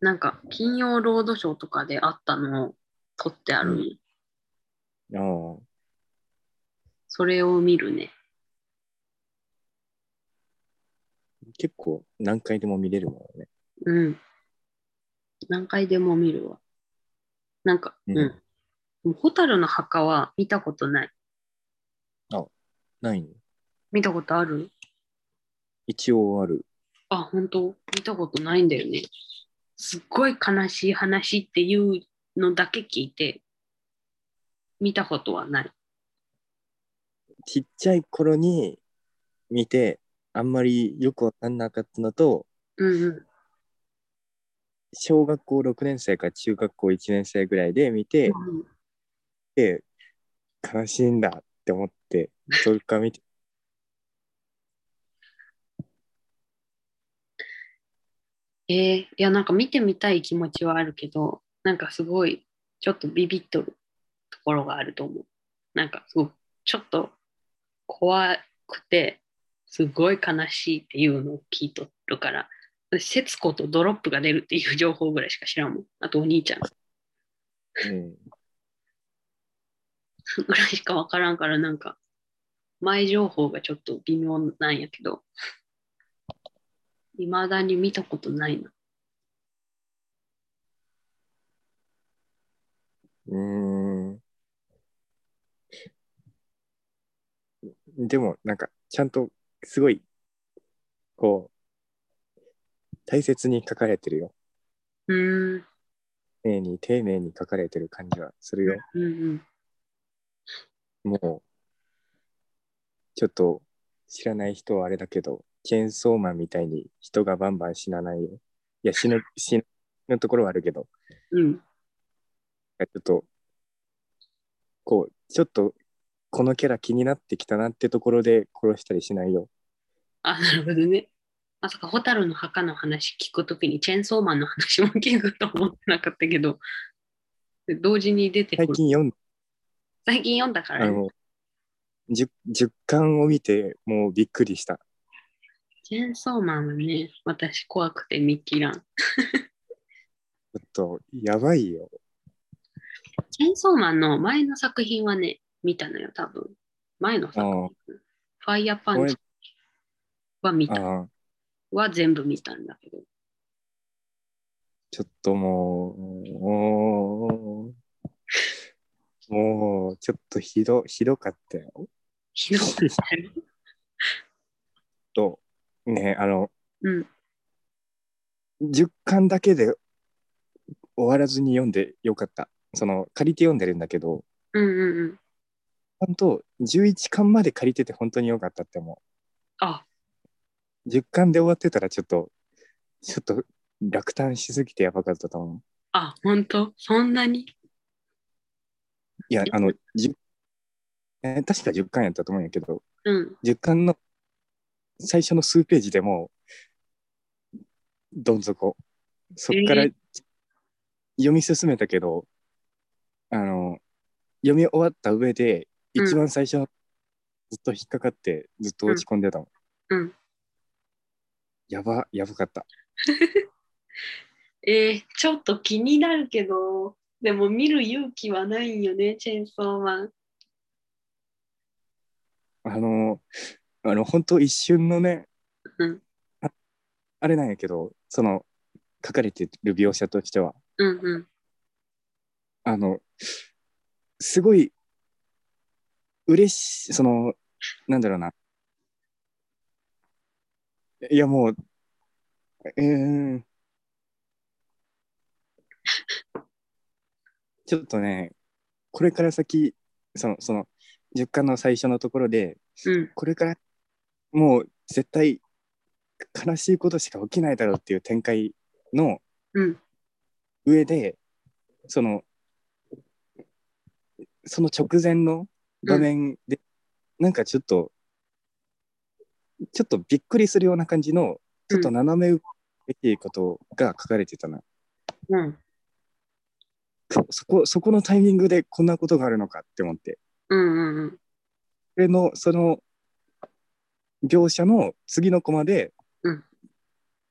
Speaker 1: なんか、金曜ロードショーとかであったのを撮ってある、
Speaker 2: うんああ。
Speaker 1: それを見るね。
Speaker 2: 結構何回でも見れるもんね。
Speaker 1: うん。何回でも見るわ。なんか、う。
Speaker 2: うんん
Speaker 1: でも蛍の墓は見たことない。
Speaker 2: ないの
Speaker 1: 見たことある
Speaker 2: 一応ある。
Speaker 1: あ、本当見たことないんだよね。すっごい悲しい話っていうのだけ聞いて、見たことはない。
Speaker 2: ちっちゃい頃に見て、あんまりよくわかんなかったのと、
Speaker 1: うんうん。
Speaker 2: 小学校6年生か中学校1年生ぐらいで見て、
Speaker 1: うん
Speaker 2: で悲しいんだって思って、それから見て、
Speaker 1: えーいやなんか見てみたい気持ちはあるけどなんかすごいちょっとビビっとるところがあると思うなんかすごくちょっと怖くてすごい悲しいっていうのを聞いとるから節子とドロップが出るっていう情報ぐらいしか知らんもんあとお兄ちゃん
Speaker 2: うん、
Speaker 1: ぐらいしか分からんからなんか前情報がちょっと微妙なんやけど未だに見たことないな
Speaker 2: うーん。でも、なんか、ちゃんと、すごい、こう、大切に書かれてるよ。
Speaker 1: うーん
Speaker 2: 丁寧に、丁寧に書かれてる感じはするよ。
Speaker 1: うんうん
Speaker 2: もう、ちょっと、知らない人はあれだけど、チェーンソーマンみたいに人がバンバン死なないよ。いや、死ぬ、死ぬところはあるけど、
Speaker 1: うん
Speaker 2: ちょっと、こう、ちょっと、このキャラ気になってきたなってところで殺したりしないよ。
Speaker 1: あ、なるほどね。まさか、ホタルの墓の話聞くときに、チェーンソーマンの話も聞くと思ってなかったけど、で同時に出てく
Speaker 2: 最
Speaker 1: る。
Speaker 2: 近読ん
Speaker 1: 最近読んだか
Speaker 2: あ
Speaker 1: らね、
Speaker 2: の、10, 10巻を見て、もうびっくりした。
Speaker 1: チェーンソーマンはね、私怖くて見切らん。
Speaker 2: ちょっと、やばいよ。
Speaker 1: チェーンソーマンの前の作品はね、見たのよ、多分。前の作
Speaker 2: あ
Speaker 1: 品
Speaker 2: あ。
Speaker 1: ファイヤーパンチは見た。
Speaker 2: ああ、
Speaker 1: は全部見たんだけど。
Speaker 2: ちょっともう、もう、もう、ちょっとひど、ひどかったよ。
Speaker 1: ひどかったよ。
Speaker 2: と、ね、あの、
Speaker 1: うん。
Speaker 2: 10巻だけで終わらずに読んでよかった。その、借りて読んでるんだけど、
Speaker 1: うんうんうん。
Speaker 2: 本当11巻まで借りてて本当によかったって思う。
Speaker 1: あ、
Speaker 2: 10巻で終わってたらちょっと、ちょっと落胆しすぎてやばかったと思う。
Speaker 1: あ、ほんとそんなに
Speaker 2: いや、あの、10えー確か10巻やったと思うんやけど、
Speaker 1: うん。
Speaker 2: 10巻の最初の数ページでもう、どん底。そっから
Speaker 1: え
Speaker 2: 読み進めたけど、あの、読み終わった上で、
Speaker 1: うん
Speaker 2: 一番最初、ずっと引っかかって、ずっと落ち込んでたもん。
Speaker 1: うんうん
Speaker 2: やば、やばかった。
Speaker 1: えーちょっと気になるけど、でも見る勇気はないんよね、チェーンソーマン。
Speaker 2: あの、あの、本当一瞬のね、
Speaker 1: うん
Speaker 2: ああれなんやけど、その、書かれてる描写としては、
Speaker 1: うんうん。
Speaker 2: あの、すごい、嬉しい、その、なんだろうな。いや、もう、えー、ちょっとね、これから先、その、その、10巻の最初のところで、
Speaker 1: うん、
Speaker 2: これからもう絶対悲しいことしか起きないだろうっていう展開の
Speaker 1: うん
Speaker 2: 上で、そのその直前の場面で、なんかちょっとちょっとびっくりするような感じのちょっと斜め上べきことが書かれてたな、
Speaker 1: うん、
Speaker 2: そこそこのタイミングでこんなことがあるのかって思って
Speaker 1: うん、うん、
Speaker 2: それのその描写の次のコマで、
Speaker 1: うん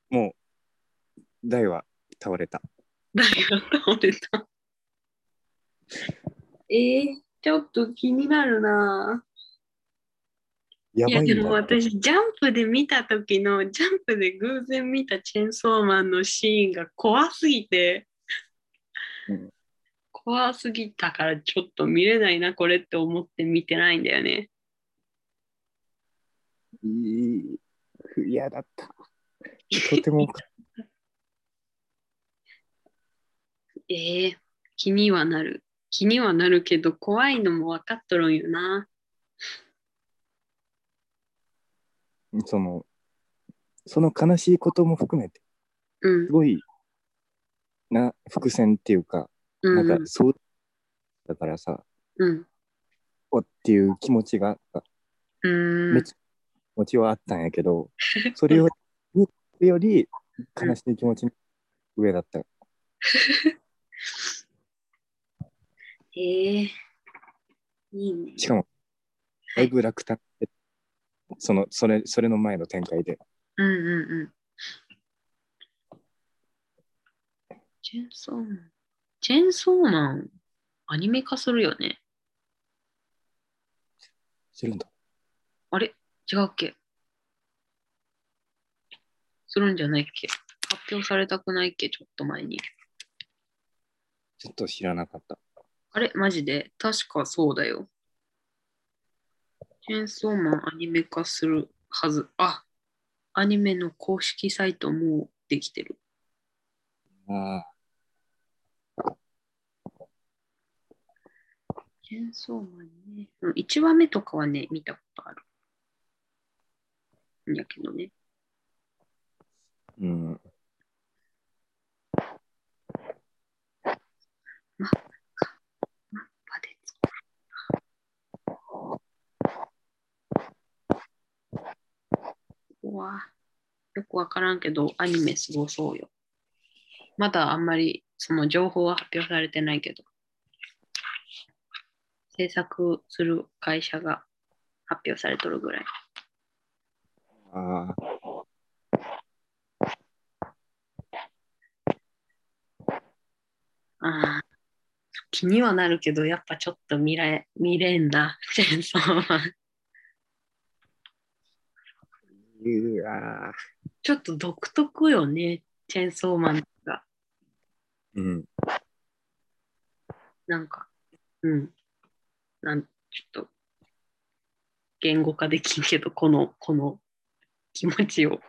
Speaker 2: もう大は倒れた
Speaker 1: 誰が倒れたえー、ちょっと気になるな
Speaker 2: や
Speaker 1: い
Speaker 2: ばい
Speaker 1: や
Speaker 2: んだ
Speaker 1: でも私ジャンプで見た時のジャンプで偶然見たチェンソーマンのシーンが怖すぎて、
Speaker 2: うん
Speaker 1: 怖すぎたからちょっと見れないなこれって思って見てないんだよね
Speaker 2: いい嫌だったとても
Speaker 1: えー、気にはなる気にはなるけど怖いのも分かっとるんよな
Speaker 2: そのその悲しいことも含めて
Speaker 1: うん
Speaker 2: すごいな伏線っていうか
Speaker 1: う
Speaker 2: なんんかそうだからさ、
Speaker 1: うん
Speaker 2: おっていう気持ちがあった
Speaker 1: うん
Speaker 2: めっちゃ気持ちはあったんやけど、
Speaker 1: [LAUGHS]
Speaker 2: それよりより悲しい気持ちの上だった。
Speaker 1: えー、いいね
Speaker 2: しかも、だいぶ落胆、そのそれそれの前の展開で。
Speaker 1: うんうんうん。チェンソーマン。チェンソーマン、アニメ化するよね。
Speaker 2: するんだ。
Speaker 1: あれ違うっけするんじゃないっけ発表されたくないっけちょっと前に。
Speaker 2: ちょっと知らなかった。
Speaker 1: あれマジで確かそうだよ。チェンソーマンアニメ化するはず。あ、アニメの公式サイトもうできてる。
Speaker 2: ああ、
Speaker 1: チェーンソーマンね。うん1話目とかはね、見たことある。んやけどね。
Speaker 2: うん。
Speaker 1: パデツここは、よくわからんけど、アニメすごそうよ。まだあんまり、その情報は発表されてないけど、制作する会社が発表されとるぐらい。
Speaker 2: ああ、
Speaker 1: ああ、気にはなるけど、やっぱちょっと見れ見れんな、 [LAUGHS] チェーンソーマン。
Speaker 2: うわー
Speaker 1: ちょっと独特よね、チェーンソーマンが。
Speaker 2: うん。
Speaker 1: なんか、うん。なんちょっと、言語化できんけど、この、この気持ちを。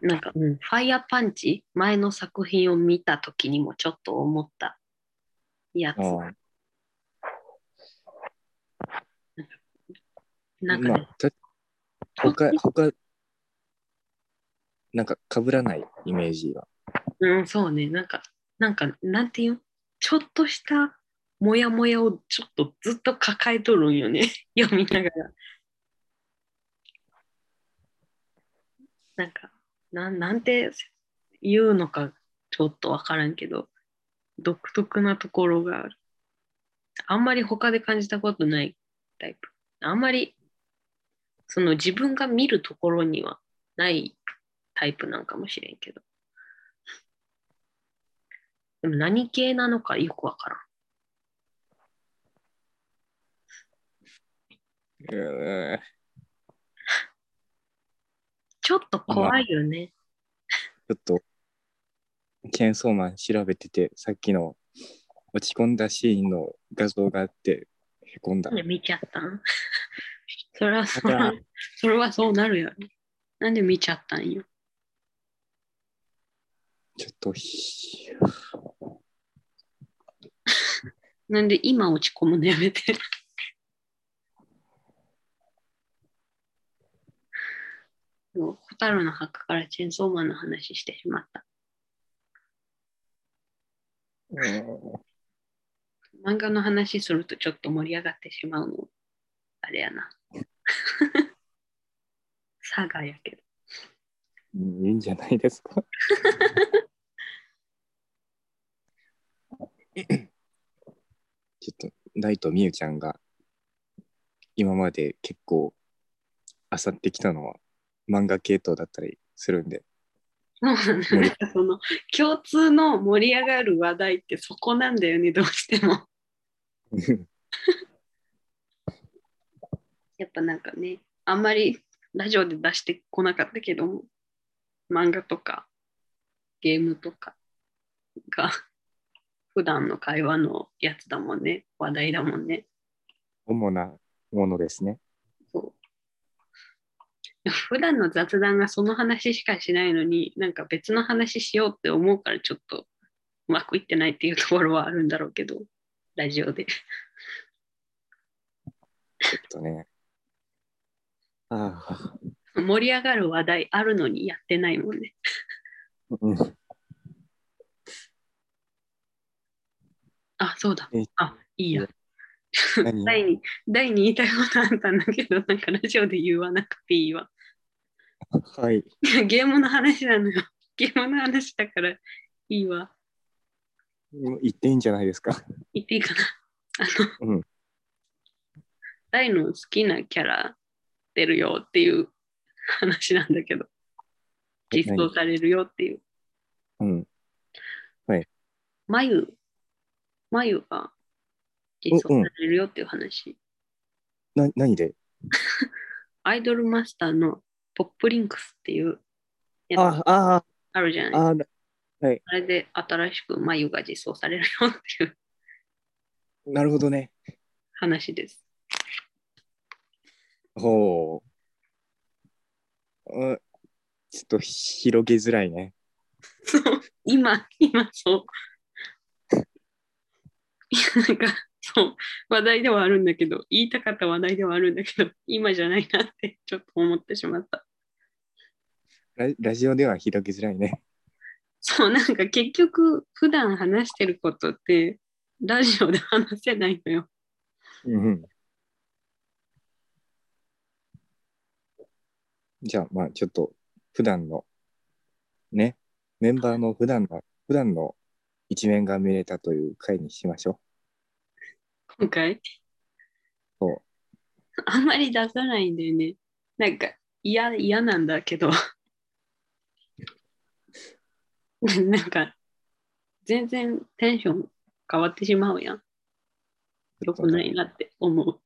Speaker 1: なんか、うん、ファイヤーパンチ、前の作品を見たときにもちょっと思ったやつ。
Speaker 2: ああ
Speaker 1: なんか
Speaker 2: ま
Speaker 1: ね、
Speaker 2: あ、た他、他、なんか被らないイメージが。
Speaker 1: うん、そうね。なんか、なんか、なんていうんちょっとしたモヤモヤをちょっとずっと抱えとるんよね。 [LAUGHS] 読みながら。なんか、なんなんて言うのかちょっとわからんけど、独特なところがある。あんまり他で感じたことないタイプ。あんまり、その自分が見るところにはないタイプなんかもしれんけど。でも何系なのかよくわからん。
Speaker 2: うーん
Speaker 1: ちょっと怖いよね。
Speaker 2: ちょっと、チェーンソーマン調べてて、さっきの落ち込んだシーンの画像があって、へこんだ
Speaker 1: なん。で見ちゃったん [LAUGHS] それはそ
Speaker 2: だから
Speaker 1: う、 [LAUGHS] それはそうなるよね。なんで見ちゃったんよ。
Speaker 2: ちょっとひ、
Speaker 1: なんで今落ち込むのやめて。 [LAUGHS] もう蛍の墓からチェーンソーマンの話してしまった。漫画の話するとちょっと盛り上がってしまうの。あれやな。 [LAUGHS] サガやけど。
Speaker 2: うんいいんじゃないですか。ちょっと、ライトみゆちゃんが今まで結構漁ってきたのは漫画系統だったりするんで
Speaker 1: もうなんかその共通の盛り上がる話題ってそこなんだよねどうしても [LAUGHS] やっぱなんかねあんまりラジオで出してこなかったけども漫画とかゲームとかが普段の会話のやつだもんね話題だもんね
Speaker 2: 主なものですね。
Speaker 1: そう普段の雑談がその話しかしないのになんか別の話しようって思うからちょっとうまくいってないっていうところはあるんだろうけどラジオで
Speaker 2: ちょっとね。ああ、
Speaker 1: 盛り上がる話題あるのにやってないもんね
Speaker 2: うん
Speaker 1: あそうだ
Speaker 2: え
Speaker 1: あいいや
Speaker 2: 何
Speaker 1: 第に第に言いたいことあったんだけどなんかラジオで言わなくていいわ
Speaker 2: はい。
Speaker 1: ゲームの話なのよゲームの話だからいいわ
Speaker 2: 言っていいんじゃないですか。
Speaker 1: 言っていいかなあの、
Speaker 2: うん
Speaker 1: 大の好きなキャラ出るよっていう話なんだけど実装されるよっていう
Speaker 2: うん。
Speaker 1: 眉眉が実装されるよっていう話、
Speaker 2: な、何で
Speaker 1: アイドルマスターのポップリンクスっていうやつ
Speaker 2: ああ、
Speaker 1: あるじゃない
Speaker 2: ああ、
Speaker 1: あれで新しく眉が実装されるよっていう
Speaker 2: なるほどね。
Speaker 1: 話
Speaker 2: [LAUGHS]
Speaker 1: です
Speaker 2: ほう。うんちょっと広げづらいね。
Speaker 1: そう、今、今そう。いや、なんか、そう、話題ではあるんだけど、言いたかった話題ではあるんだけど、今じゃないなってちょっと思ってしまった。
Speaker 2: ララジオでは広げづらいね。
Speaker 1: そう、なんか結局、普段話してることって、ラジオで話せないのよ。
Speaker 2: うんうん。じゃあ、まあ、ちょっと、普段の、ね、メンバーの普段の、普段の一面が見れたという回にしましょ
Speaker 1: 今回。
Speaker 2: そう
Speaker 1: あんまり出さないんだよね。なんか嫌、嫌なんだけど。 [LAUGHS] なんか、全然テンション変わってしまうやん。
Speaker 2: う。
Speaker 1: よくないなって思う。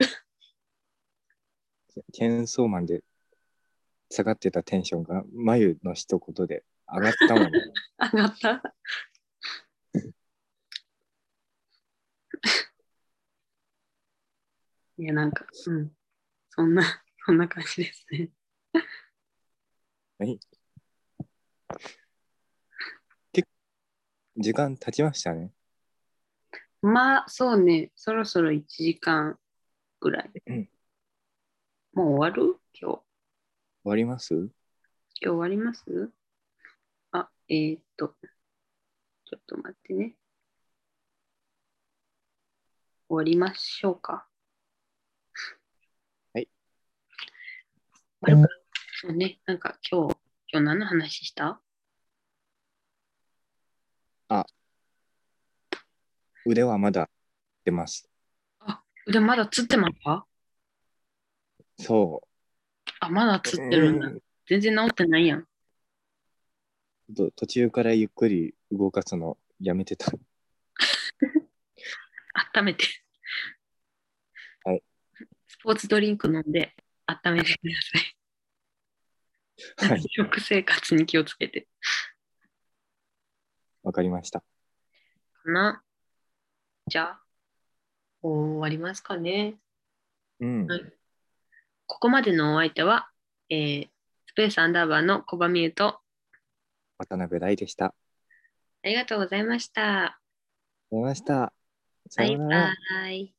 Speaker 2: チェーンソーマンで下がってたテンションが眉の一言で上がった
Speaker 1: [LAUGHS]
Speaker 2: もんね。
Speaker 1: 上がった [LAUGHS] いや、なんか、うん。そんな、そんな感じですね。
Speaker 2: 時間経ちましたね。
Speaker 1: まあそうね、そろそろ1時間ぐらい。
Speaker 2: うん
Speaker 1: もう終わる今日。
Speaker 2: 終わります
Speaker 1: 今日終わりますあ、えー、っと、ちょっと待ってね。終わりましょうか。
Speaker 2: はい。
Speaker 1: 終わるか。そうね、なんか今日、今日何の話した
Speaker 2: 腕はまだ出ます。
Speaker 1: でまだ釣ってますか
Speaker 2: そ
Speaker 1: あ、まだ
Speaker 2: う。
Speaker 1: 釣ってるんだ。
Speaker 2: うん
Speaker 1: 全然治ってないやん。
Speaker 2: と途中からゆっくり動かすのやめ
Speaker 1: [LAUGHS]
Speaker 2: てた。
Speaker 1: 温めて。
Speaker 2: はい。
Speaker 1: スポーツドリンク飲んで、温めてください。
Speaker 2: はい、
Speaker 1: [LAUGHS] 食生活に気をつけて。
Speaker 2: わかりました。
Speaker 1: かな。じゃあ、終わりますかね。
Speaker 2: うん。
Speaker 1: はいここまでのお相手は、えースペースアンダーバーの小場美優と、
Speaker 2: 渡辺大でした。あ
Speaker 1: ありがとうございました。
Speaker 2: りがとうございました。さ
Speaker 1: バ
Speaker 2: よ
Speaker 1: イ
Speaker 2: うなら
Speaker 1: バイ。